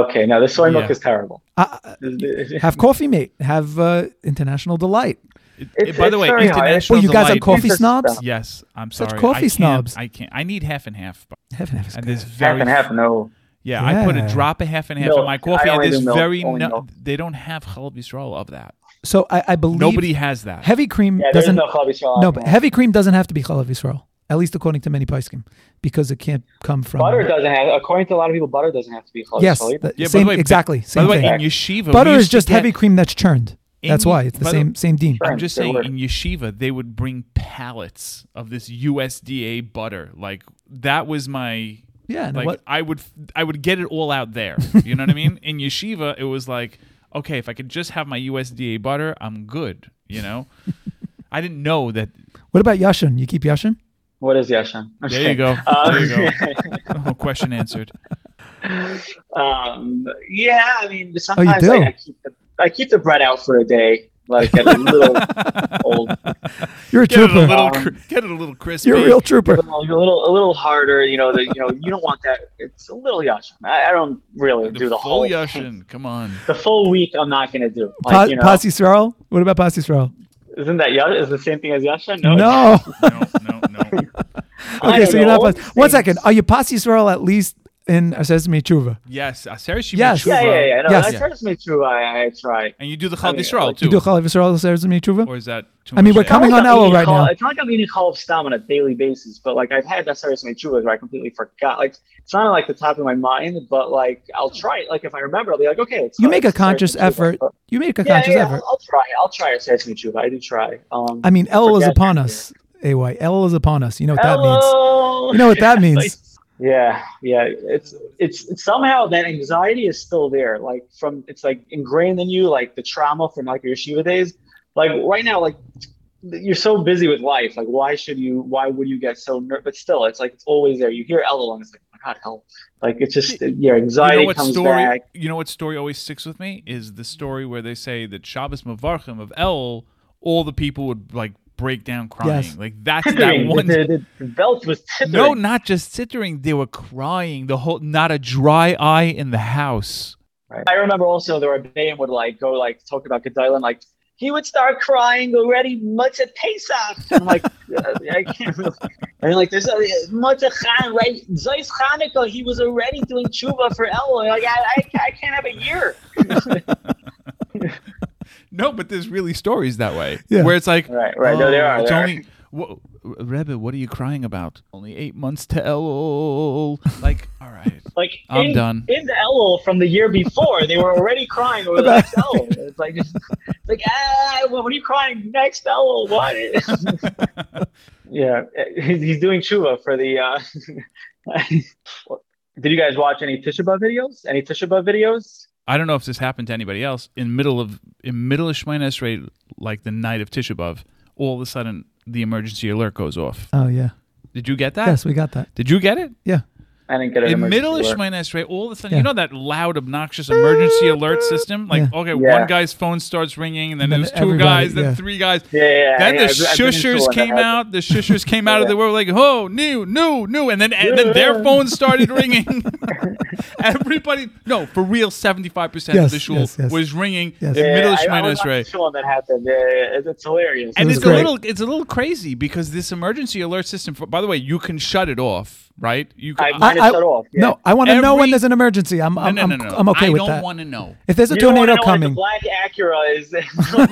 Speaker 9: Okay. No, the soy milk
Speaker 2: Yeah.
Speaker 9: is terrible.
Speaker 1: I- I- have coffee mate. Have uh, international delight.
Speaker 9: It's-
Speaker 2: by
Speaker 9: it's
Speaker 2: the way,
Speaker 9: very high.
Speaker 2: international
Speaker 1: Well, you guys are
Speaker 2: delight-
Speaker 1: coffee
Speaker 9: It's just
Speaker 1: snobs.
Speaker 9: stuff.
Speaker 2: Yes, I'm
Speaker 1: Such
Speaker 2: sorry.
Speaker 1: coffee
Speaker 2: I can't-
Speaker 1: snobs.
Speaker 2: I can't. I need half and half.
Speaker 1: Heaven have
Speaker 2: And there's very
Speaker 9: half and half. No.
Speaker 2: Yeah, I put a
Speaker 1: Yeah.
Speaker 2: drop of half and half in
Speaker 9: Milk.
Speaker 2: my coffee,
Speaker 9: I
Speaker 2: and
Speaker 9: only
Speaker 2: there's
Speaker 9: do milk,
Speaker 2: very
Speaker 9: only
Speaker 2: no,
Speaker 9: milk.
Speaker 2: they don't have halal bisrol of that.
Speaker 1: So I, I believe
Speaker 2: Nobody has that.
Speaker 1: heavy cream
Speaker 9: Yeah, there's
Speaker 1: doesn't.
Speaker 9: no Chalav Yisrael.
Speaker 1: no, but heavy cream doesn't have to be Chalav Yisrael. At least according to many Paiskim, because it can't come from
Speaker 9: butter doesn't have. According to a lot of people, butter doesn't have to be Chalav
Speaker 1: Yes,
Speaker 9: Yisrael. either.
Speaker 1: the same exactly.
Speaker 2: By
Speaker 1: Same
Speaker 2: the way,
Speaker 1: thing.
Speaker 2: in yeshiva,
Speaker 1: Butter
Speaker 2: we
Speaker 1: is
Speaker 2: used to
Speaker 1: just
Speaker 2: get-
Speaker 1: heavy cream that's churned.
Speaker 2: In
Speaker 1: That's
Speaker 2: ye-
Speaker 1: why it's the
Speaker 2: by the-
Speaker 1: same same dean.
Speaker 2: I'm
Speaker 9: Right,
Speaker 2: just
Speaker 9: they
Speaker 2: saying,
Speaker 9: were.
Speaker 2: in yeshiva, they would bring pallets of this USDA butter. Like that was my
Speaker 1: Yeah, and
Speaker 2: Like
Speaker 1: what-
Speaker 2: I would, I would get it all out there. You know what I mean? In yeshiva, it was like, okay, if I could just have my USDA butter, I'm good. You know, I didn't know that.
Speaker 1: What about Yashin? You keep Yashin?
Speaker 9: What is Yashan?
Speaker 2: There you go. There you go. Uh, Oh, question answered.
Speaker 9: Um, yeah, I mean, sometimes
Speaker 1: Oh, do?
Speaker 9: like, I keep the I keep the bread out for a day, like get a little old, a
Speaker 1: You're a
Speaker 2: Get it a
Speaker 1: trooper.
Speaker 2: little,
Speaker 9: Um,
Speaker 2: cr- get it a little crispy.
Speaker 1: You're a real trooper.
Speaker 9: little a little harder. You know, the, you know, you don't want that. It's a little yashan. I, I don't really
Speaker 2: the
Speaker 9: do the
Speaker 2: full
Speaker 9: whole
Speaker 2: yashin. Come on.
Speaker 9: The full week, I'm not gonna do. Like,
Speaker 1: Pa-
Speaker 9: you know,
Speaker 1: Pas Yisrael? What about Pas Yisrael?
Speaker 9: isn't that yash? Is the same thing as yashan? No.
Speaker 1: No.
Speaker 2: No, no, no.
Speaker 9: I
Speaker 1: Okay,
Speaker 9: don't
Speaker 1: so you're
Speaker 9: know.
Speaker 1: not Pas. One
Speaker 9: Things-
Speaker 1: second. Are you Pas Yisrael at least in Sesame Tshuva?
Speaker 2: Yes, Uh, Aseret Shimon
Speaker 1: Yes.
Speaker 2: Tshuva.
Speaker 9: Yeah, yeah, yeah. No,
Speaker 1: Yes.
Speaker 9: that serves me true. I, I try.
Speaker 2: And you do the Chal
Speaker 9: I mean,
Speaker 2: Yisrael
Speaker 9: like-
Speaker 2: too,
Speaker 1: You do Chalav Yisrael Sesame Tshuva?
Speaker 2: or is that too
Speaker 1: I mean,
Speaker 2: much
Speaker 1: we're
Speaker 2: to
Speaker 1: coming
Speaker 9: It's
Speaker 1: on
Speaker 9: not like
Speaker 1: Elul
Speaker 9: I'm
Speaker 1: right
Speaker 9: eating
Speaker 1: now.
Speaker 9: chal- It's not like I'm eating call of stam on a daily basis, but like I've had that serious chuvas where I completely forgot. Like it's not on, like the top of my mind, but like I'll try it. Like if I remember, I'll be like, okay. It's
Speaker 1: You make a conscious effort.
Speaker 9: Yeah,
Speaker 1: You make a
Speaker 9: yeah,
Speaker 1: conscious
Speaker 9: yeah,
Speaker 1: effort.
Speaker 9: I'll, I'll try. I'll try a serious chuva. I do try. Um,
Speaker 1: I mean, Elul is
Speaker 9: forget
Speaker 1: upon
Speaker 9: it.
Speaker 1: us. AY. Elul is upon us. You know what that means.
Speaker 9: Hello.
Speaker 1: You know what that means.
Speaker 9: Yeah, yeah. It's it's it's somehow that anxiety is still there. Like from it's like ingrained in you, like the trauma from like your yeshiva days. Like right now, like you're so busy with life. Like why should you? Why would you get so nervous? But still, it's like it's always there. You hear Ella and it's like, oh my God, hell. Like it's just your
Speaker 2: you
Speaker 9: anxiety
Speaker 2: know what
Speaker 9: comes
Speaker 2: story?
Speaker 9: back.
Speaker 2: You know what story always sticks with me is the story where they say that Shabbos Mavarchim of El, all the people would like break down crying.
Speaker 1: Yes.
Speaker 2: Like that's that
Speaker 9: Tithering. The,
Speaker 2: one.
Speaker 9: the, the belt was tithering.
Speaker 2: No, not just sittering. They were crying. The whole, not a dry eye in the house.
Speaker 9: I remember also the Rebbeim would like go like talk about Gedalia and like he would start crying already much at Pesach. I'm like uh, I can't really. And like there's uh, much of Chan right Zeus Hanukkah he was already doing tshuva for El like I, I I can't have a year.
Speaker 2: No, but there's really stories that way
Speaker 1: Yeah.
Speaker 2: where it's like,
Speaker 9: Right, right. No, there
Speaker 2: "Oh,
Speaker 9: are,
Speaker 2: It's
Speaker 9: there
Speaker 2: only Wha- Rebbe. What are you crying about? Only eight months to El. Like, all right.
Speaker 9: Like
Speaker 2: I'm
Speaker 9: in,
Speaker 2: done.
Speaker 9: in the Elul from the year before they were already crying over the next Elul. It's like it's like ah well, what are you crying next Elul what? Yeah, he's, he's doing tshuva for the. Uh, did you guys watch any Tisha B'av videos? Any Tisha B'av videos?
Speaker 2: I don't know if this happened to anybody else. In middle of in middle of Shemini Esrei, like the night of Tisha B'av, all of a sudden the emergency alert goes off.
Speaker 1: Oh, yeah.
Speaker 2: Did you get that?
Speaker 1: Yes, we got that.
Speaker 2: Did you get it?
Speaker 1: Yeah.
Speaker 9: I didn't get it.
Speaker 2: In middle of Shemini Esrei, all of a sudden, you know that loud, obnoxious emergency alert system. Like, okay,
Speaker 9: Yeah.
Speaker 2: one guy's phone starts ringing, and then,
Speaker 1: Then
Speaker 2: there's two
Speaker 1: everybody,
Speaker 2: guys, then
Speaker 1: yeah.
Speaker 2: three guys.
Speaker 9: Yeah, yeah, yeah,
Speaker 2: Then
Speaker 9: yeah,
Speaker 2: the
Speaker 9: I've- I've been in
Speaker 2: shushers
Speaker 9: school and
Speaker 2: came
Speaker 9: that
Speaker 2: out. The shushers came out of the world like, oh, new, new, new, and then and then their
Speaker 9: Yeah.
Speaker 2: phones started ringing. Everybody, no, for real, seventy five percent of
Speaker 1: Yes,
Speaker 2: the shul
Speaker 1: yes, yes.
Speaker 2: was ringing
Speaker 1: Yes.
Speaker 2: in
Speaker 9: Yeah,
Speaker 2: middle of
Speaker 9: I- I
Speaker 2: Shemini
Speaker 9: was on
Speaker 2: Esrei.
Speaker 9: the show when that happened. Yeah, yeah, it's, it's hilarious.
Speaker 2: and
Speaker 1: was
Speaker 2: it's
Speaker 1: great.
Speaker 2: a little it's a little crazy because this emergency alert system by the way you can shut it off right you
Speaker 9: I
Speaker 2: can
Speaker 9: mine is
Speaker 1: I-
Speaker 9: shut off. Yeah.
Speaker 1: No, I want to know when
Speaker 2: Every-
Speaker 1: there's an emergency. I'm, I'm,
Speaker 2: no, no,
Speaker 1: I'm,
Speaker 2: no, no.
Speaker 1: I'm okay
Speaker 2: I
Speaker 1: with
Speaker 2: don't
Speaker 1: that.
Speaker 2: want to know
Speaker 1: If there's a
Speaker 9: You don't wanna
Speaker 1: tornado coming,
Speaker 9: know What the black Acura is.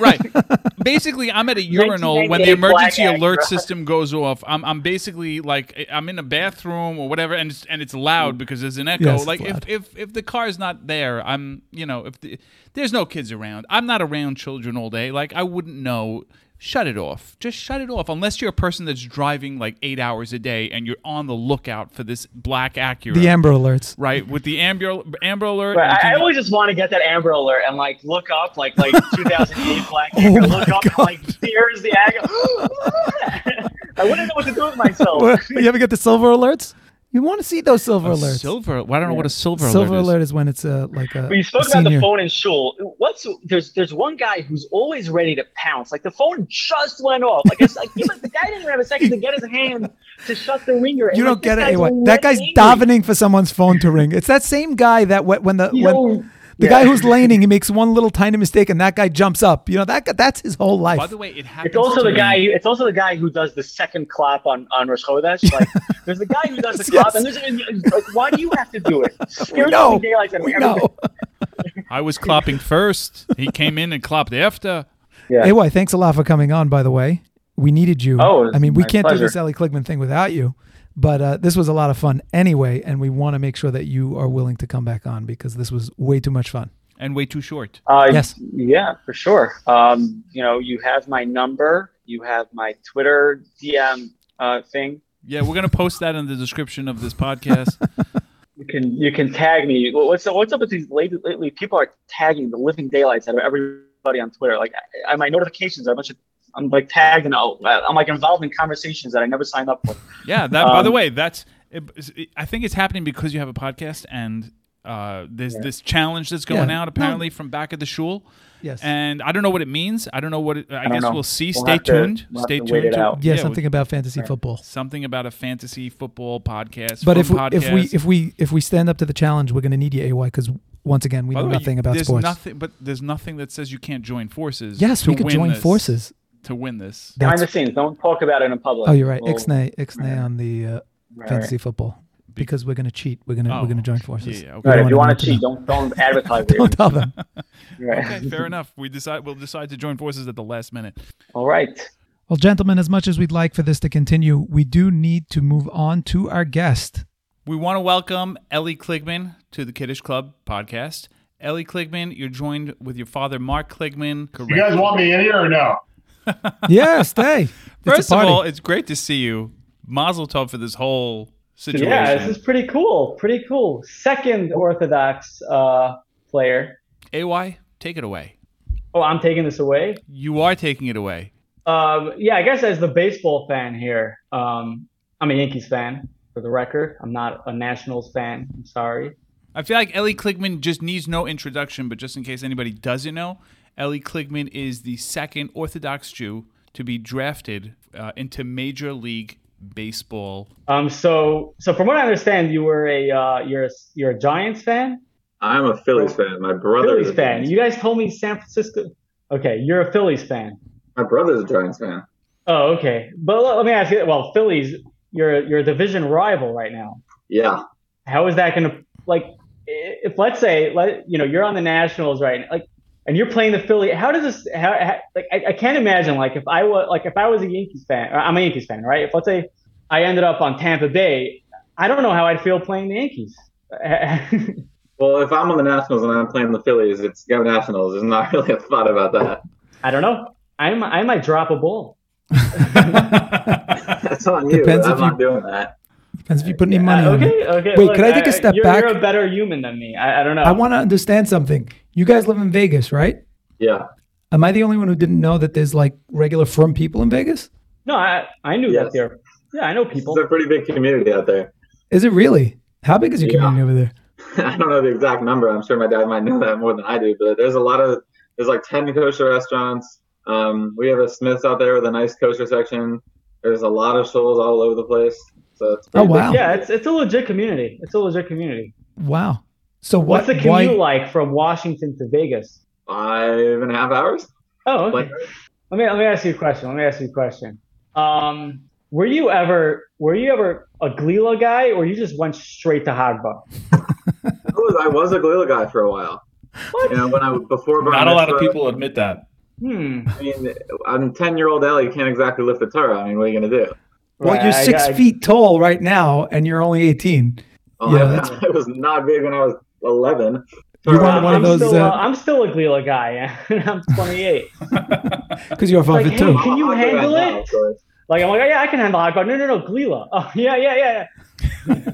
Speaker 2: right basically i'm at a urinal when the
Speaker 9: 1998
Speaker 2: emergency
Speaker 9: Black
Speaker 2: alert
Speaker 9: Acura.
Speaker 2: system goes off i'm, I'm basically like i'm in a bathroom or whatever and it's, and it's loud because there's an echo
Speaker 1: Yes, it's
Speaker 2: like if,
Speaker 1: loud.
Speaker 2: if if the car's not there i'm you know if the, there's no kids around i'm not around children all day like i wouldn't know shut it off just shut it off unless you're a person that's driving like eight hours a day and you're on the lookout for this black acura
Speaker 1: the Amber Alerts.
Speaker 2: right? With the Amber Amber Alert.
Speaker 9: But
Speaker 2: and
Speaker 9: I, I
Speaker 2: you
Speaker 9: always just want to get that Amber Alert and like look up like like 2008 Black
Speaker 1: Oh
Speaker 9: Acura.
Speaker 1: my
Speaker 9: look
Speaker 1: God.
Speaker 9: up and like here's the Acura. I wouldn't know what to do with myself.
Speaker 1: you ever get the silver alerts? We want to see those silver
Speaker 2: A
Speaker 1: alerts.
Speaker 2: Silver. Well, I don't know what a silver,
Speaker 1: Silver
Speaker 2: alert is.
Speaker 1: alert is when it's a like a.
Speaker 9: We spoke
Speaker 1: a
Speaker 9: about the
Speaker 1: senior.
Speaker 9: phone in shul. What's there's there's one guy who's always ready to pounce. Like the phone just went off. Like it's like he was, the guy didn't even have a second to get his hand to shut the ringer. And,
Speaker 1: You
Speaker 9: like,
Speaker 1: don't get it
Speaker 9: this
Speaker 1: anyway.
Speaker 9: already
Speaker 1: That guy's
Speaker 9: angry.
Speaker 1: davening for someone's phone to ring. It's that same guy that wh- when the
Speaker 3: You
Speaker 1: when
Speaker 3: know-
Speaker 1: the
Speaker 3: Yeah.
Speaker 1: guy who's laning, he makes one little tiny mistake and that guy jumps up. You know that guy, that's his whole life.
Speaker 2: By the way, it happens.
Speaker 9: It's also
Speaker 2: to
Speaker 9: the
Speaker 2: me-
Speaker 9: guy. It's also the guy who does the second clap on on Rosh Chodesh. Like, there's the guy who does the
Speaker 1: Yes,
Speaker 9: clap, and there's and, like, why do you have to do it?
Speaker 1: we know. We know.
Speaker 2: I was clapping first. He came in and clapped after.
Speaker 9: Yeah.
Speaker 1: Ay, thanks a lot for coming on. By the way, we needed you.
Speaker 9: Oh, it's
Speaker 1: I mean, we
Speaker 9: my
Speaker 1: can't do
Speaker 9: pleasure.
Speaker 1: this Ellie Kligman thing without you. But uh, this was a lot of fun anyway, and we want to make sure that you are willing to come back on because this was way too much fun.
Speaker 2: And way too short.
Speaker 9: Uh,
Speaker 1: Yes.
Speaker 9: Yeah, for sure. Um, you know, you have my number. You have my Twitter DM uh, thing.
Speaker 2: Yeah, we're gonna post that in the description of this podcast.
Speaker 9: You can you can tag me. What's what's up with these lately? Lately, people are tagging the living daylights out of everybody on Twitter. Like, I, I my notifications are a bunch of. I'm like tagged and oh, I'm like involved in conversations that I never signed up for.
Speaker 2: yeah. That. by the
Speaker 9: Um,
Speaker 2: way, that's. It, I think it's happening because you have a podcast and. Uh, there's this challenge that's going
Speaker 1: Yeah.
Speaker 2: out apparently from back at the shul,
Speaker 1: Yes.
Speaker 2: and I don't know what it means. I don't know what it, I,
Speaker 9: don't
Speaker 2: guess
Speaker 9: know.
Speaker 2: we'll see.
Speaker 9: We'll
Speaker 2: Stay
Speaker 9: have to-
Speaker 2: tuned.
Speaker 9: we'll have
Speaker 2: Stay
Speaker 9: to wait
Speaker 2: tuned.
Speaker 9: it out.
Speaker 1: yeah,
Speaker 2: we'll-
Speaker 1: something about fantasy football.
Speaker 2: something about a fantasy football podcast.
Speaker 1: But if we,
Speaker 2: fun
Speaker 1: if we
Speaker 2: podcast.
Speaker 1: if we if we stand up to the challenge, we're going to need E you, AY, because once again, we
Speaker 2: By
Speaker 1: know
Speaker 2: the way,
Speaker 1: nothing about
Speaker 2: there's
Speaker 1: sports.
Speaker 2: Nothing, but there's nothing that says you can't join forces.
Speaker 1: yes,
Speaker 2: to
Speaker 1: we could
Speaker 2: win
Speaker 1: join
Speaker 2: this-
Speaker 1: forces.
Speaker 2: to win this.
Speaker 9: Behind the
Speaker 1: That's,
Speaker 9: scenes, don't talk about it in public.
Speaker 1: oh, you're right.
Speaker 9: We'll-
Speaker 1: Ixnay, Ixnay on the uh,
Speaker 9: right,
Speaker 1: fantasy football because we're going to cheat. We're going to
Speaker 2: Oh,
Speaker 1: we're going to join forces.
Speaker 2: yeah,
Speaker 1: We
Speaker 2: okay.
Speaker 9: Right,
Speaker 1: don't
Speaker 9: if you
Speaker 1: want
Speaker 9: want
Speaker 1: them
Speaker 9: to
Speaker 1: to know.
Speaker 9: cheat, don't don't advertise it.
Speaker 1: Don't tell them.
Speaker 9: Right.
Speaker 2: Okay, fair enough. We decide we'll decide to join forces at the last minute.
Speaker 9: All right.
Speaker 1: Well, gentlemen, as much as we'd like for this to continue, we do need to move on to our guest.
Speaker 2: We want to welcome Ellie Kligman to the Kiddish Club podcast. Ellie Kligman, you're joined with your father, Mark Kligman. Correct.
Speaker 10: You guys want me in here or no?
Speaker 1: Yeah, stay. It's a
Speaker 2: First of
Speaker 1: party.
Speaker 2: all, it's great to see you. Mazel tov for this whole situation.
Speaker 3: Yeah, this is pretty cool. Pretty cool. Second Orthodox uh, player.
Speaker 2: AY, take it away.
Speaker 3: Oh, I'm taking this away.
Speaker 2: You are taking it away.
Speaker 3: Um, yeah, I guess as the baseball fan here, um, I'm a Yankees fan for the record. I'm not a Nationals fan. I'm sorry.
Speaker 2: I feel like Ellie Kligman just needs no introduction, but just in case anybody doesn't know, Ellie Kligman is the second Orthodox Jew to be drafted uh, into Major League Baseball.
Speaker 3: Um, so so from what I understand, you were a uh, you're a, you're a Giants fan.
Speaker 11: I'm a Phillies fan. My brother
Speaker 3: Phillies
Speaker 11: is a
Speaker 3: fan.
Speaker 11: Giants-
Speaker 3: You guys told me San Francisco. Okay, you're a Phillies fan.
Speaker 11: My brother's a Giants fan.
Speaker 3: Oh, okay. But let, let me ask you. Well, Phillies, you're you're a division rival right now.
Speaker 11: Yeah.
Speaker 3: How is that going to like? i- If let's say, let you know, you're on the Nationals right, now, like, and you're playing the Philly. How does this? How, how like I, I can't imagine like if I was like if I was a Yankees fan. Or I'm a Yankees fan, right? If let's say I ended up on Tampa Bay, I don't know how I'd feel playing the Yankees.
Speaker 11: Well, if I'm on the Nationals and I'm playing the Phillies, it's go Nationals. There's not really a thought about that.
Speaker 3: I don't know. I might- I might drop a ball.
Speaker 11: That's on you.
Speaker 1: Depends
Speaker 11: I'm
Speaker 1: if
Speaker 11: not
Speaker 1: you-
Speaker 11: doing that.
Speaker 1: depends if you put any money
Speaker 3: Uh,
Speaker 1: on it.
Speaker 3: okay, okay.
Speaker 1: Wait,
Speaker 3: look,
Speaker 1: could I take a step
Speaker 3: you're,
Speaker 1: back?
Speaker 3: You're a better human than me. I, I don't know.
Speaker 1: I want to understand something. You guys live in Vegas, right?
Speaker 11: Yeah.
Speaker 1: Am I the only one who didn't know that there's like regular from people in Vegas?
Speaker 3: No, I I knew that
Speaker 11: Yes.
Speaker 3: there. Yeah, I know people.
Speaker 11: It's a pretty big community out there.
Speaker 1: Is it really? How big is your
Speaker 11: Yeah.
Speaker 1: community over there?
Speaker 11: I don't know the exact number. I'm sure my dad might know that more than I do, but there's a lot of, there's like 10 kosher restaurants. Um, we have a Smith's out there with a nice kosher section. There's a lot of shoals all over the place. So it's
Speaker 1: Oh
Speaker 11: pretty big.
Speaker 1: wow,
Speaker 3: Yeah, it's it's a legit community. It's a legit community.
Speaker 1: wow. So what?
Speaker 3: What's the commute
Speaker 1: why,
Speaker 3: like from Washington to Vegas?
Speaker 11: Five and a half hours?
Speaker 3: Oh, okay.
Speaker 11: Like,
Speaker 3: Let me let me ask you a question. Let me ask you a question. Um, were you ever were you ever a Glila guy, or you just went straight to Hagba?
Speaker 11: I was, I was a Galil guy for a while. You know, when I before Bar
Speaker 12: Not a lot of
Speaker 11: Mitzvah,
Speaker 12: people admit that.
Speaker 3: Hmm.
Speaker 11: I mean, I'm ten year old Ellie can't exactly lift the Torah. I mean, what are you gonna do?
Speaker 1: Well,
Speaker 3: Right,
Speaker 1: you're
Speaker 3: I-
Speaker 1: six
Speaker 3: I-
Speaker 1: feet tall right now, and you're only 18.
Speaker 11: Oh,
Speaker 1: Yeah,
Speaker 11: I-
Speaker 1: that's-
Speaker 11: I was not big when I was eleven.
Speaker 1: You
Speaker 11: Torah-
Speaker 1: wanted one of
Speaker 3: I'm
Speaker 1: those
Speaker 3: still, uh,
Speaker 1: because
Speaker 3: I'm still a Glila guy, and I'm 28.
Speaker 1: you're five
Speaker 3: like,
Speaker 1: foot two.
Speaker 3: hey, can you
Speaker 11: I'll do that
Speaker 3: handle
Speaker 11: now,
Speaker 3: it?
Speaker 11: of course.
Speaker 3: Like I'm like, oh, yeah, I can handle Hagba. No, no, no, Glila. Oh yeah, yeah, yeah. yeah.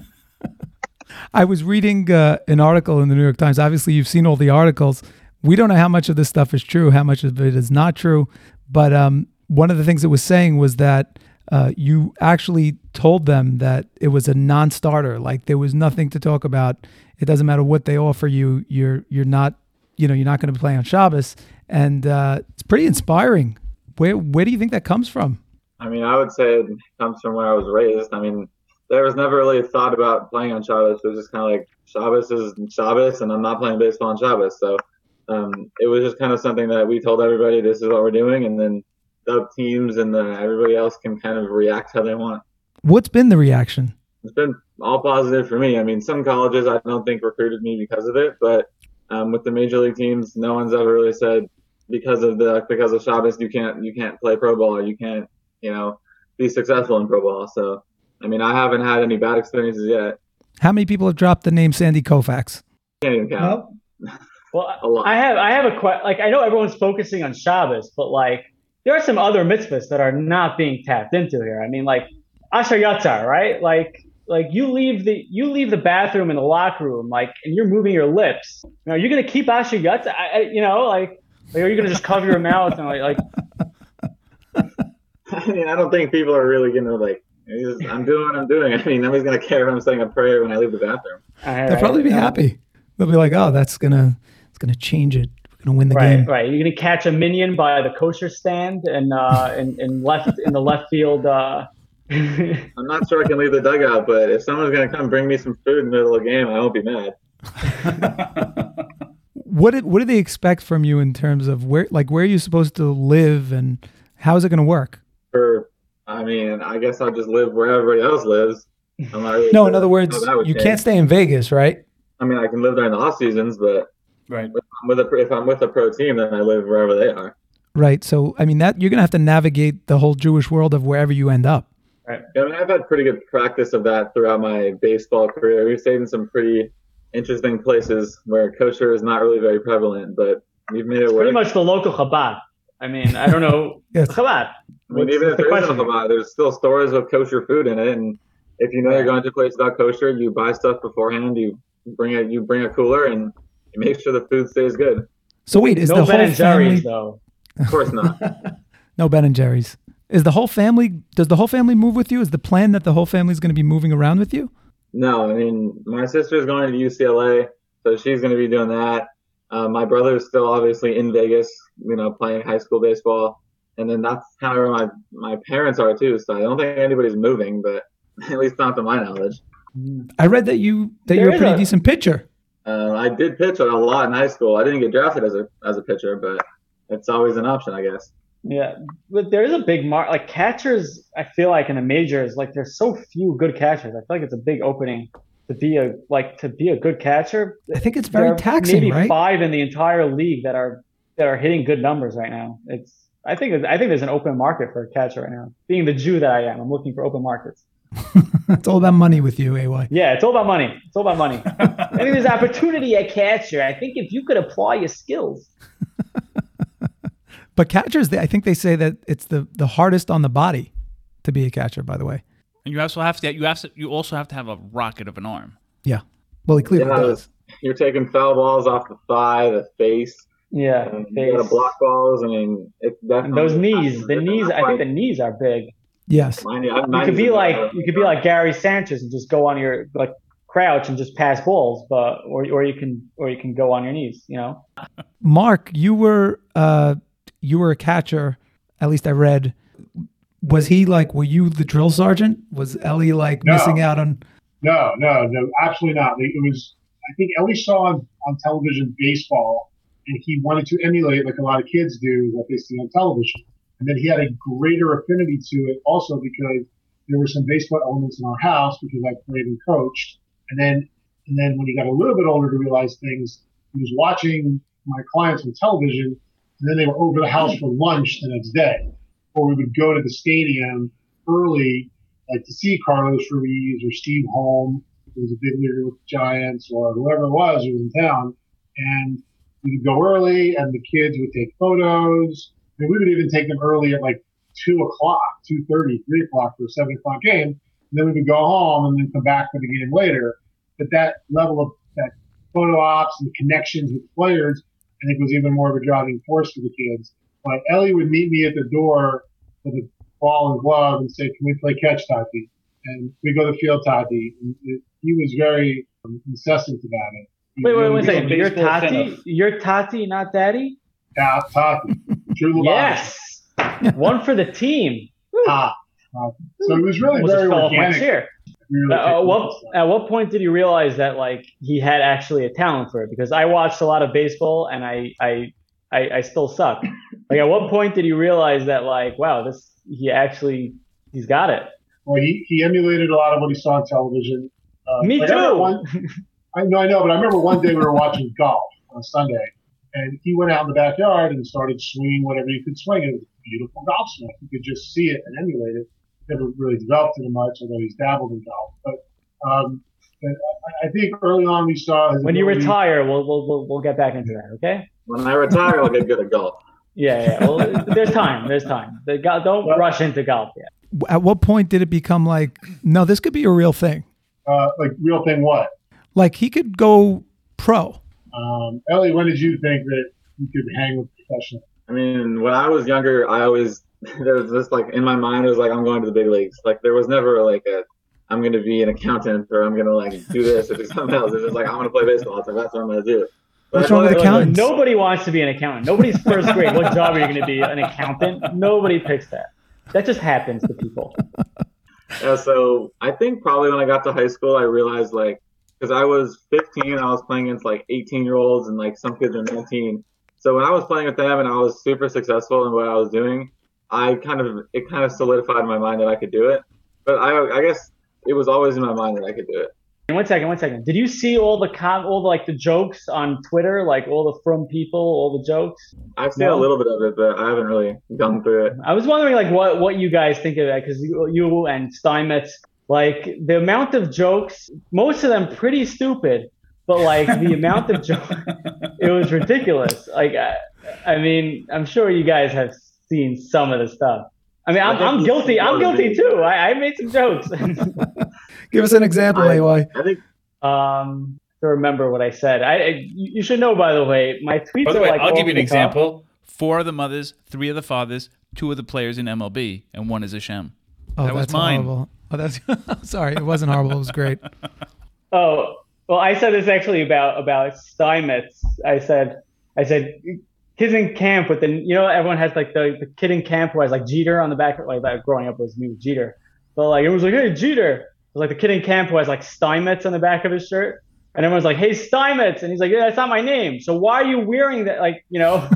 Speaker 1: I was reading uh, an article in the New York Times. Obviously, you've seen all the articles. We don't know how much of this stuff is true, how much of it is not true. But um, one of the things it was saying was that uh, you actually told them that it was a non-starter. Like there was nothing to talk about. It doesn't matter what they offer you. You're you're not you know you're not going to play on Shabbos, and uh, it's pretty inspiring. Where where do you think that comes from?
Speaker 9: I mean, I would say it comes from where I was raised. I mean, there was never really a thought about playing on Shabbos. It was just kind of like Shabbos is Shabbos, and I'm not playing baseball on Shabbos. So um, it was just kind of something that we told everybody this is what we're doing, and then the teams and the, everybody else can kind of react how they want.
Speaker 1: What's been the reaction?
Speaker 9: It's been all positive for me. I mean, some colleges I don't think recruited me because of it, but um, with the major league teams, no one's ever really said because of the because of Shabbos you can't you can't play pro ball, or you can't you know be successful in pro ball. So I mean, I haven't had any bad experiences yet.
Speaker 1: How many people have dropped the name Sandy Koufax?
Speaker 9: Can't even count.
Speaker 3: Well,
Speaker 9: A lot.
Speaker 3: I have I have a que- like I know everyone's focusing on Shabbos, but like there are some other mitzvahs that are not being tapped into here. I mean, like Asher Yatzar, right? Like like you leave the you leave the bathroom in the locker room, like and you're moving your lips. You know, you're gonna keep Asher Yatzar, I, I, you know, like, like are you gonna just cover your mouth and like like
Speaker 9: I mean, I don't think people are really gonna like. it's just, I'm doing, I'm doing. I mean, nobody's gonna care if I'm saying a prayer when I leave the bathroom.
Speaker 3: all
Speaker 1: They'll
Speaker 3: right,
Speaker 1: probably be
Speaker 3: uh,
Speaker 1: happy. They'll be like, oh, that's gonna it's gonna change it. We're gonna win the
Speaker 3: Right,
Speaker 1: game.
Speaker 3: right. You're gonna catch a minion by the kosher stand and uh and, and left in the left field uh
Speaker 9: I'm not sure I can leave the dugout, but if someone's gonna come bring me some food in the middle of the game, I won't be mad.
Speaker 1: What did what do they expect from you in terms of where like where are you supposed to live and how is it gonna work?
Speaker 9: Or, I mean, I guess I'll just live where everybody else lives. I'm not really
Speaker 1: No,
Speaker 9: sure
Speaker 1: in other
Speaker 9: how
Speaker 1: words,
Speaker 9: that would
Speaker 1: you
Speaker 9: change.
Speaker 1: can't stay in Vegas, right?
Speaker 9: I mean, I can live during the off seasons, but
Speaker 2: Right.
Speaker 9: if I'm with a pro- if I'm with a pro team, then I live wherever they are.
Speaker 1: Right. So I mean that you're gonna have to navigate the whole Jewish world of wherever you end up.
Speaker 9: Yeah, I mean, I've had pretty good practice of that throughout my baseball career. We've stayed in some pretty interesting places where kosher is not really very prevalent, but we've made it work.
Speaker 3: pretty much the local Chabad. I mean, I don't know
Speaker 1: Yes.
Speaker 3: Chabad.
Speaker 9: I mean,
Speaker 3: What's
Speaker 9: even if
Speaker 3: the
Speaker 9: there is
Speaker 3: question?
Speaker 9: no Chabad, there's still stores with kosher food in it, and if you know you're going to a place without kosher, you buy stuff beforehand. You bring a you bring a cooler, and you make sure the food stays good.
Speaker 1: So wait, is
Speaker 3: no
Speaker 1: the
Speaker 3: Ben
Speaker 1: whole
Speaker 3: and
Speaker 1: family
Speaker 3: Jerry's though.
Speaker 9: Of course not.
Speaker 1: no Ben and Jerry's? Is the whole family does the whole family move with you? Is the plan that the whole family's gonna be moving around with you?
Speaker 9: no, I mean, my sister's going to UCLA, so she's going to be doing that. Uh, my brother's still obviously in Vegas, you know, playing high school baseball, and then that's kind of where my my parents are too. So I don't think anybody's moving, but at least not to my knowledge.
Speaker 1: I read that you that
Speaker 3: There
Speaker 1: you're a
Speaker 3: is
Speaker 1: pretty
Speaker 3: a-
Speaker 1: decent pitcher.
Speaker 9: Uh, I did pitch a lot in high school. I didn't get drafted as a as a pitcher, but it's always an option, I guess.
Speaker 3: Yeah, but there is a big mark. Like catchers, I feel like in the majors, like there's so few good catchers. I feel like it's a big opening to be a like to be a good catcher.
Speaker 1: I think it's
Speaker 3: There
Speaker 1: very
Speaker 3: are
Speaker 1: taxing,
Speaker 3: maybe
Speaker 1: right?
Speaker 3: five in the entire league that are that are hitting good numbers right now. It's I think I think there's an open market for a catcher right now. Being the Jew that I am, I'm looking for open markets.
Speaker 1: It's all about money with you, AY.
Speaker 3: Yeah, it's all about money. It's all about money. I think there's opportunity at catcher. I think if you could apply your skills.
Speaker 1: But catchers, they, I think they say that it's the, the hardest on the body to be a catcher, by the way.
Speaker 2: And you also have to you have to, you also have to have a rocket of an arm.
Speaker 1: Yeah. Well, he clearly
Speaker 9: Yeah.
Speaker 1: does.
Speaker 9: You're taking foul balls off the thigh, the face,
Speaker 3: Yeah,
Speaker 9: and
Speaker 3: they-
Speaker 9: you got to block balls. I mean, it's
Speaker 3: And
Speaker 9: definitely
Speaker 3: those knees, the knees. I think the knees are big.
Speaker 1: Yes.
Speaker 9: Mine- I-
Speaker 3: You
Speaker 9: mine
Speaker 3: could
Speaker 9: is
Speaker 3: be
Speaker 9: a-
Speaker 3: like you could be like Gary Sanchez and just go on your like crouch and just pass balls, but or or you can or you can go on your knees. You know,
Speaker 1: Mark, you were uh, you were a catcher. At least I read. Was he like? Were you the drill sergeant? Was Ellie like
Speaker 5: No.
Speaker 1: missing out on?
Speaker 5: No, no, no, absolutely not. Like, it was, I think Ellie saw on, on television baseball, and he wanted to emulate, like a lot of kids do, what they see on television. And then he had a greater affinity to it also because there were some baseball elements in our house because I played and coached. And then, and then when he got a little bit older to realize things, he was watching my clients on television, and then they were over the house for lunch the next day. Or we would go to the stadium early like to see Carlos Ruiz or Steve Holm, who was a big leader with the Giants, or whoever it was who was in town. And we would go early, and the kids would take photos. And we would even take them early at like two o'clock, two thirty, three o'clock for a seven o'clock game. And then we would go home and then come back for the game later. But that level of that photo ops and connections with players, I think, was even more of a driving force for the kids. Like Ellie would meet me at the door for the ball and glove and say, "Can we play catch, Tati?" And we go to field, Tati. And it, he was very um, incessant about it. He
Speaker 3: Wait,
Speaker 5: was
Speaker 3: wait,
Speaker 5: really
Speaker 3: wait a second.
Speaker 5: good.
Speaker 3: You're Tati. You're Tati, not Daddy.
Speaker 5: Yeah, Tati. Drew Lovato.
Speaker 3: Yes, one for the team.
Speaker 5: Ah, Tati. So it was really
Speaker 3: Almost
Speaker 5: very
Speaker 3: just fell off my
Speaker 5: organic.
Speaker 3: chair.
Speaker 5: Really
Speaker 3: Uh,
Speaker 5: technical
Speaker 3: what,
Speaker 5: stuff.
Speaker 3: at what point did you realize that like he had actually a talent for it? Because I watched a lot of baseball and I I I, I still suck. Like at what point did you realize that like wow this he actually he's got it?
Speaker 5: Well, he, he emulated a lot of what he saw on television. Uh,
Speaker 3: Me
Speaker 5: like, I remember
Speaker 3: too.
Speaker 5: one- I know, I know, but I remember one day we were watching golf on a Sunday, and he went out in the backyard and started swinging whatever he could swing. It was a beautiful golf swing. You could just see it and emulate it. Never really developed it much, although he's dabbled in golf. But um, and I, I think early on we saw his
Speaker 3: When you
Speaker 5: ability-
Speaker 3: retire, we'll we'll we'll, we'll get back into that. Okay.
Speaker 11: When I retire, I'll get good at golf.
Speaker 3: Yeah, yeah. Well, there's time. There's time. The, go- don't rush into golf yet.
Speaker 1: At what point did it become like, no, this could be a real thing?
Speaker 5: uh, like real thing. What
Speaker 1: Like he could go pro.
Speaker 5: um, Ellie? When did you think that you could hang with professional?
Speaker 11: I mean, when I was younger, I always there was this like in my mind it was like I'm going to the big leagues. Like there was never like a I'm going to be an accountant or I'm going to like do this or do something else. It's just like I'm going to play baseball. So that's what I'm going to do.
Speaker 1: What's wrong with
Speaker 11: Like,
Speaker 1: accountants?
Speaker 3: Nobody wants to be an accountant. Nobody's first grade. What job are you going to be? An accountant? Nobody picks that. That just happens to people.
Speaker 11: Yeah, so I think probably when I got to high school, I realized like, because I was 15, I was playing against like 18 year olds and like some kids are 19. So when I was playing with them and I was super successful in what I was doing, I kind of it kind of solidified in my mind that I could do it. But I, I guess it was always in my mind that I could do it.
Speaker 3: And one second, one second. Did you see all the com, all the, like the jokes on Twitter, like all the from people, all the jokes?
Speaker 11: I've seen
Speaker 3: Yeah.
Speaker 11: a little bit of it, but I haven't really gone through it.
Speaker 3: I was wondering like what what you guys think of that because you, you and Steinmetz, like the amount of jokes, most of them pretty stupid, but like the amount of jokes, it was ridiculous. Like, I, I mean, I'm sure you guys have seen some of the stuff. I mean, I'm, I'm guilty. I'm guilty too. I, I made some jokes.
Speaker 1: Give us an example,
Speaker 11: I-
Speaker 1: AY.
Speaker 11: I think
Speaker 3: um, to remember what I said. I, I you you should know by the way, my tweets
Speaker 13: By the
Speaker 3: are
Speaker 13: way,
Speaker 3: like
Speaker 13: I'll
Speaker 3: off
Speaker 13: give you an
Speaker 3: the cuff.
Speaker 13: example.
Speaker 2: Four of the mothers, three of the fathers, two of the players in MLB, and one is a sham.
Speaker 1: Oh,
Speaker 2: That was
Speaker 1: that's
Speaker 2: mine.
Speaker 1: horrible. Oh, that's sorry. It wasn't horrible. It was great.
Speaker 3: Oh, well, I said this actually about about Steinmetz. I said, I said, kids in camp with the, you know, everyone has like the, the kid in camp who has like Jeter on the back. Like that growing up was me with Jeter, but like everyone's like, hey Jeter. It was like the kid in camp who has like Steinmetz on the back of his shirt, and everyone's like, hey Steinmetz, and he's like, yeah, that's not my name. So why are you wearing that? Like, you know,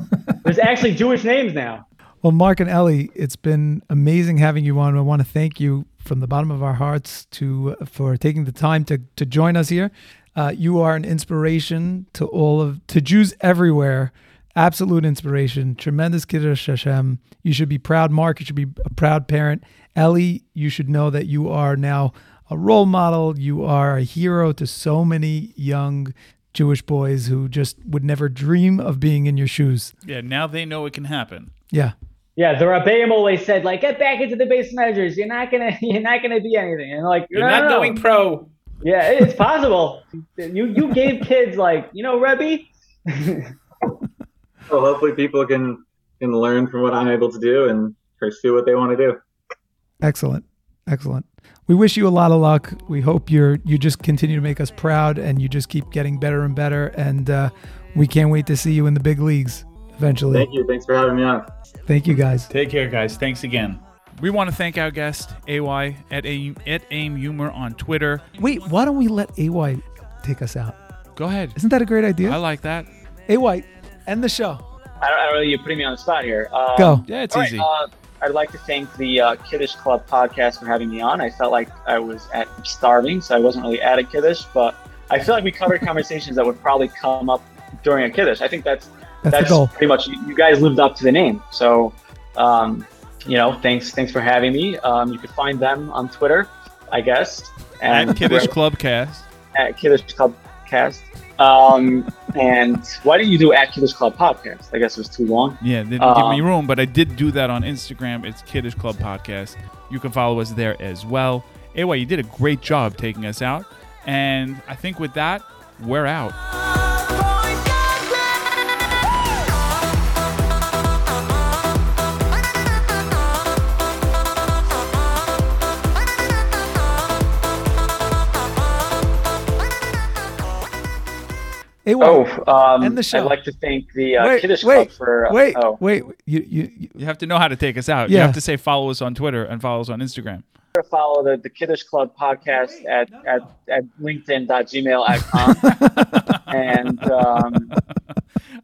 Speaker 3: there's actually Jewish names now.
Speaker 1: Well, Mark and Ellie, it's been amazing having you on. I want to thank you from the bottom of our hearts to uh, for taking the time to to join us here. Uh, you are an inspiration to all of to Jews everywhere. Absolute inspiration, tremendous kiddush Hashem. You should be proud, Mark. You should be a proud parent. Ellie, you should know that you are now a role model. You are a hero to so many young Jewish boys who just would never dream of being in your shoes.
Speaker 2: Yeah, now they know it can happen.
Speaker 1: Yeah.
Speaker 3: Yeah, the Rabbeim always said like, get back into the base measures. You're not gonna, you're not gonna be anything. And like,
Speaker 13: You're
Speaker 3: "No,
Speaker 13: not
Speaker 3: no, no."
Speaker 13: going pro.
Speaker 3: Yeah, it- it's possible. You you gave kids like you know, Rebbe.
Speaker 11: well, hopefully people can can learn from what I'm able to do and pursue what they want to do.
Speaker 1: Excellent. Excellent. We wish you a lot of luck. We hope you're you just continue to make us proud and you just keep getting better and better and uh, we can't wait to see you in the big leagues eventually.
Speaker 11: Thank you. Thanks for having me on.
Speaker 1: Thank you guys.
Speaker 13: Take care, guys. Thanks again.
Speaker 2: We want to thank our guest, AY, at AIM, at AIM Humor on Twitter.
Speaker 1: Wait, why don't we let AY take us out?
Speaker 2: Go ahead.
Speaker 1: Isn't that a great
Speaker 2: I
Speaker 1: idea?
Speaker 2: like that.
Speaker 1: AY, end the show.
Speaker 9: I don't, I don't know. You're putting me on the spot here. Um,
Speaker 1: Go.
Speaker 2: Yeah, it's
Speaker 9: all right,
Speaker 2: easy.
Speaker 9: uh, I'd like to thank the uh, Kiddish Club podcast for having me on. I felt like I was at starving, so I wasn't really at a Kiddish, but I feel like we covered conversations that would probably come up during a Kiddish. I think that's
Speaker 1: That's, the goal.
Speaker 9: pretty much you guys lived up to the name. So, um, you know, thanks thanks for having me. Um, you could find them on Twitter, I guess, and
Speaker 2: at Kiddish Clubcast.
Speaker 9: at Kiddish Club Cast. Um, and why didn't you do at Kiddish Club Podcast? I guess it was too long.
Speaker 2: Yeah, they didn't
Speaker 9: Uh,
Speaker 2: give me room, but I did do that on Instagram. It's Kiddish Club Podcast. You can follow us there as well. Anyway, you did a great job taking us out. And I think with that, we're out.
Speaker 14: Oh,
Speaker 1: Hey,
Speaker 9: Oh,
Speaker 1: wait.
Speaker 9: um,
Speaker 1: End the show.
Speaker 9: I'd like to thank the uh,
Speaker 1: Wait,
Speaker 9: Kiddish
Speaker 1: wait,
Speaker 9: Club for. uh,
Speaker 1: wait,
Speaker 9: oh,
Speaker 1: wait. You, you, you,
Speaker 2: You have to know how to take us out. You
Speaker 1: Yeah.
Speaker 2: have to say follow us on Twitter and follow us on Instagram.
Speaker 9: to follow the, the Kiddish Club podcast at, at, at linkedin.gmail.com. and um,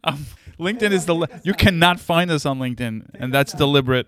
Speaker 2: Um, LinkedIn is the you cannot find us on LinkedIn, and that's deliberate.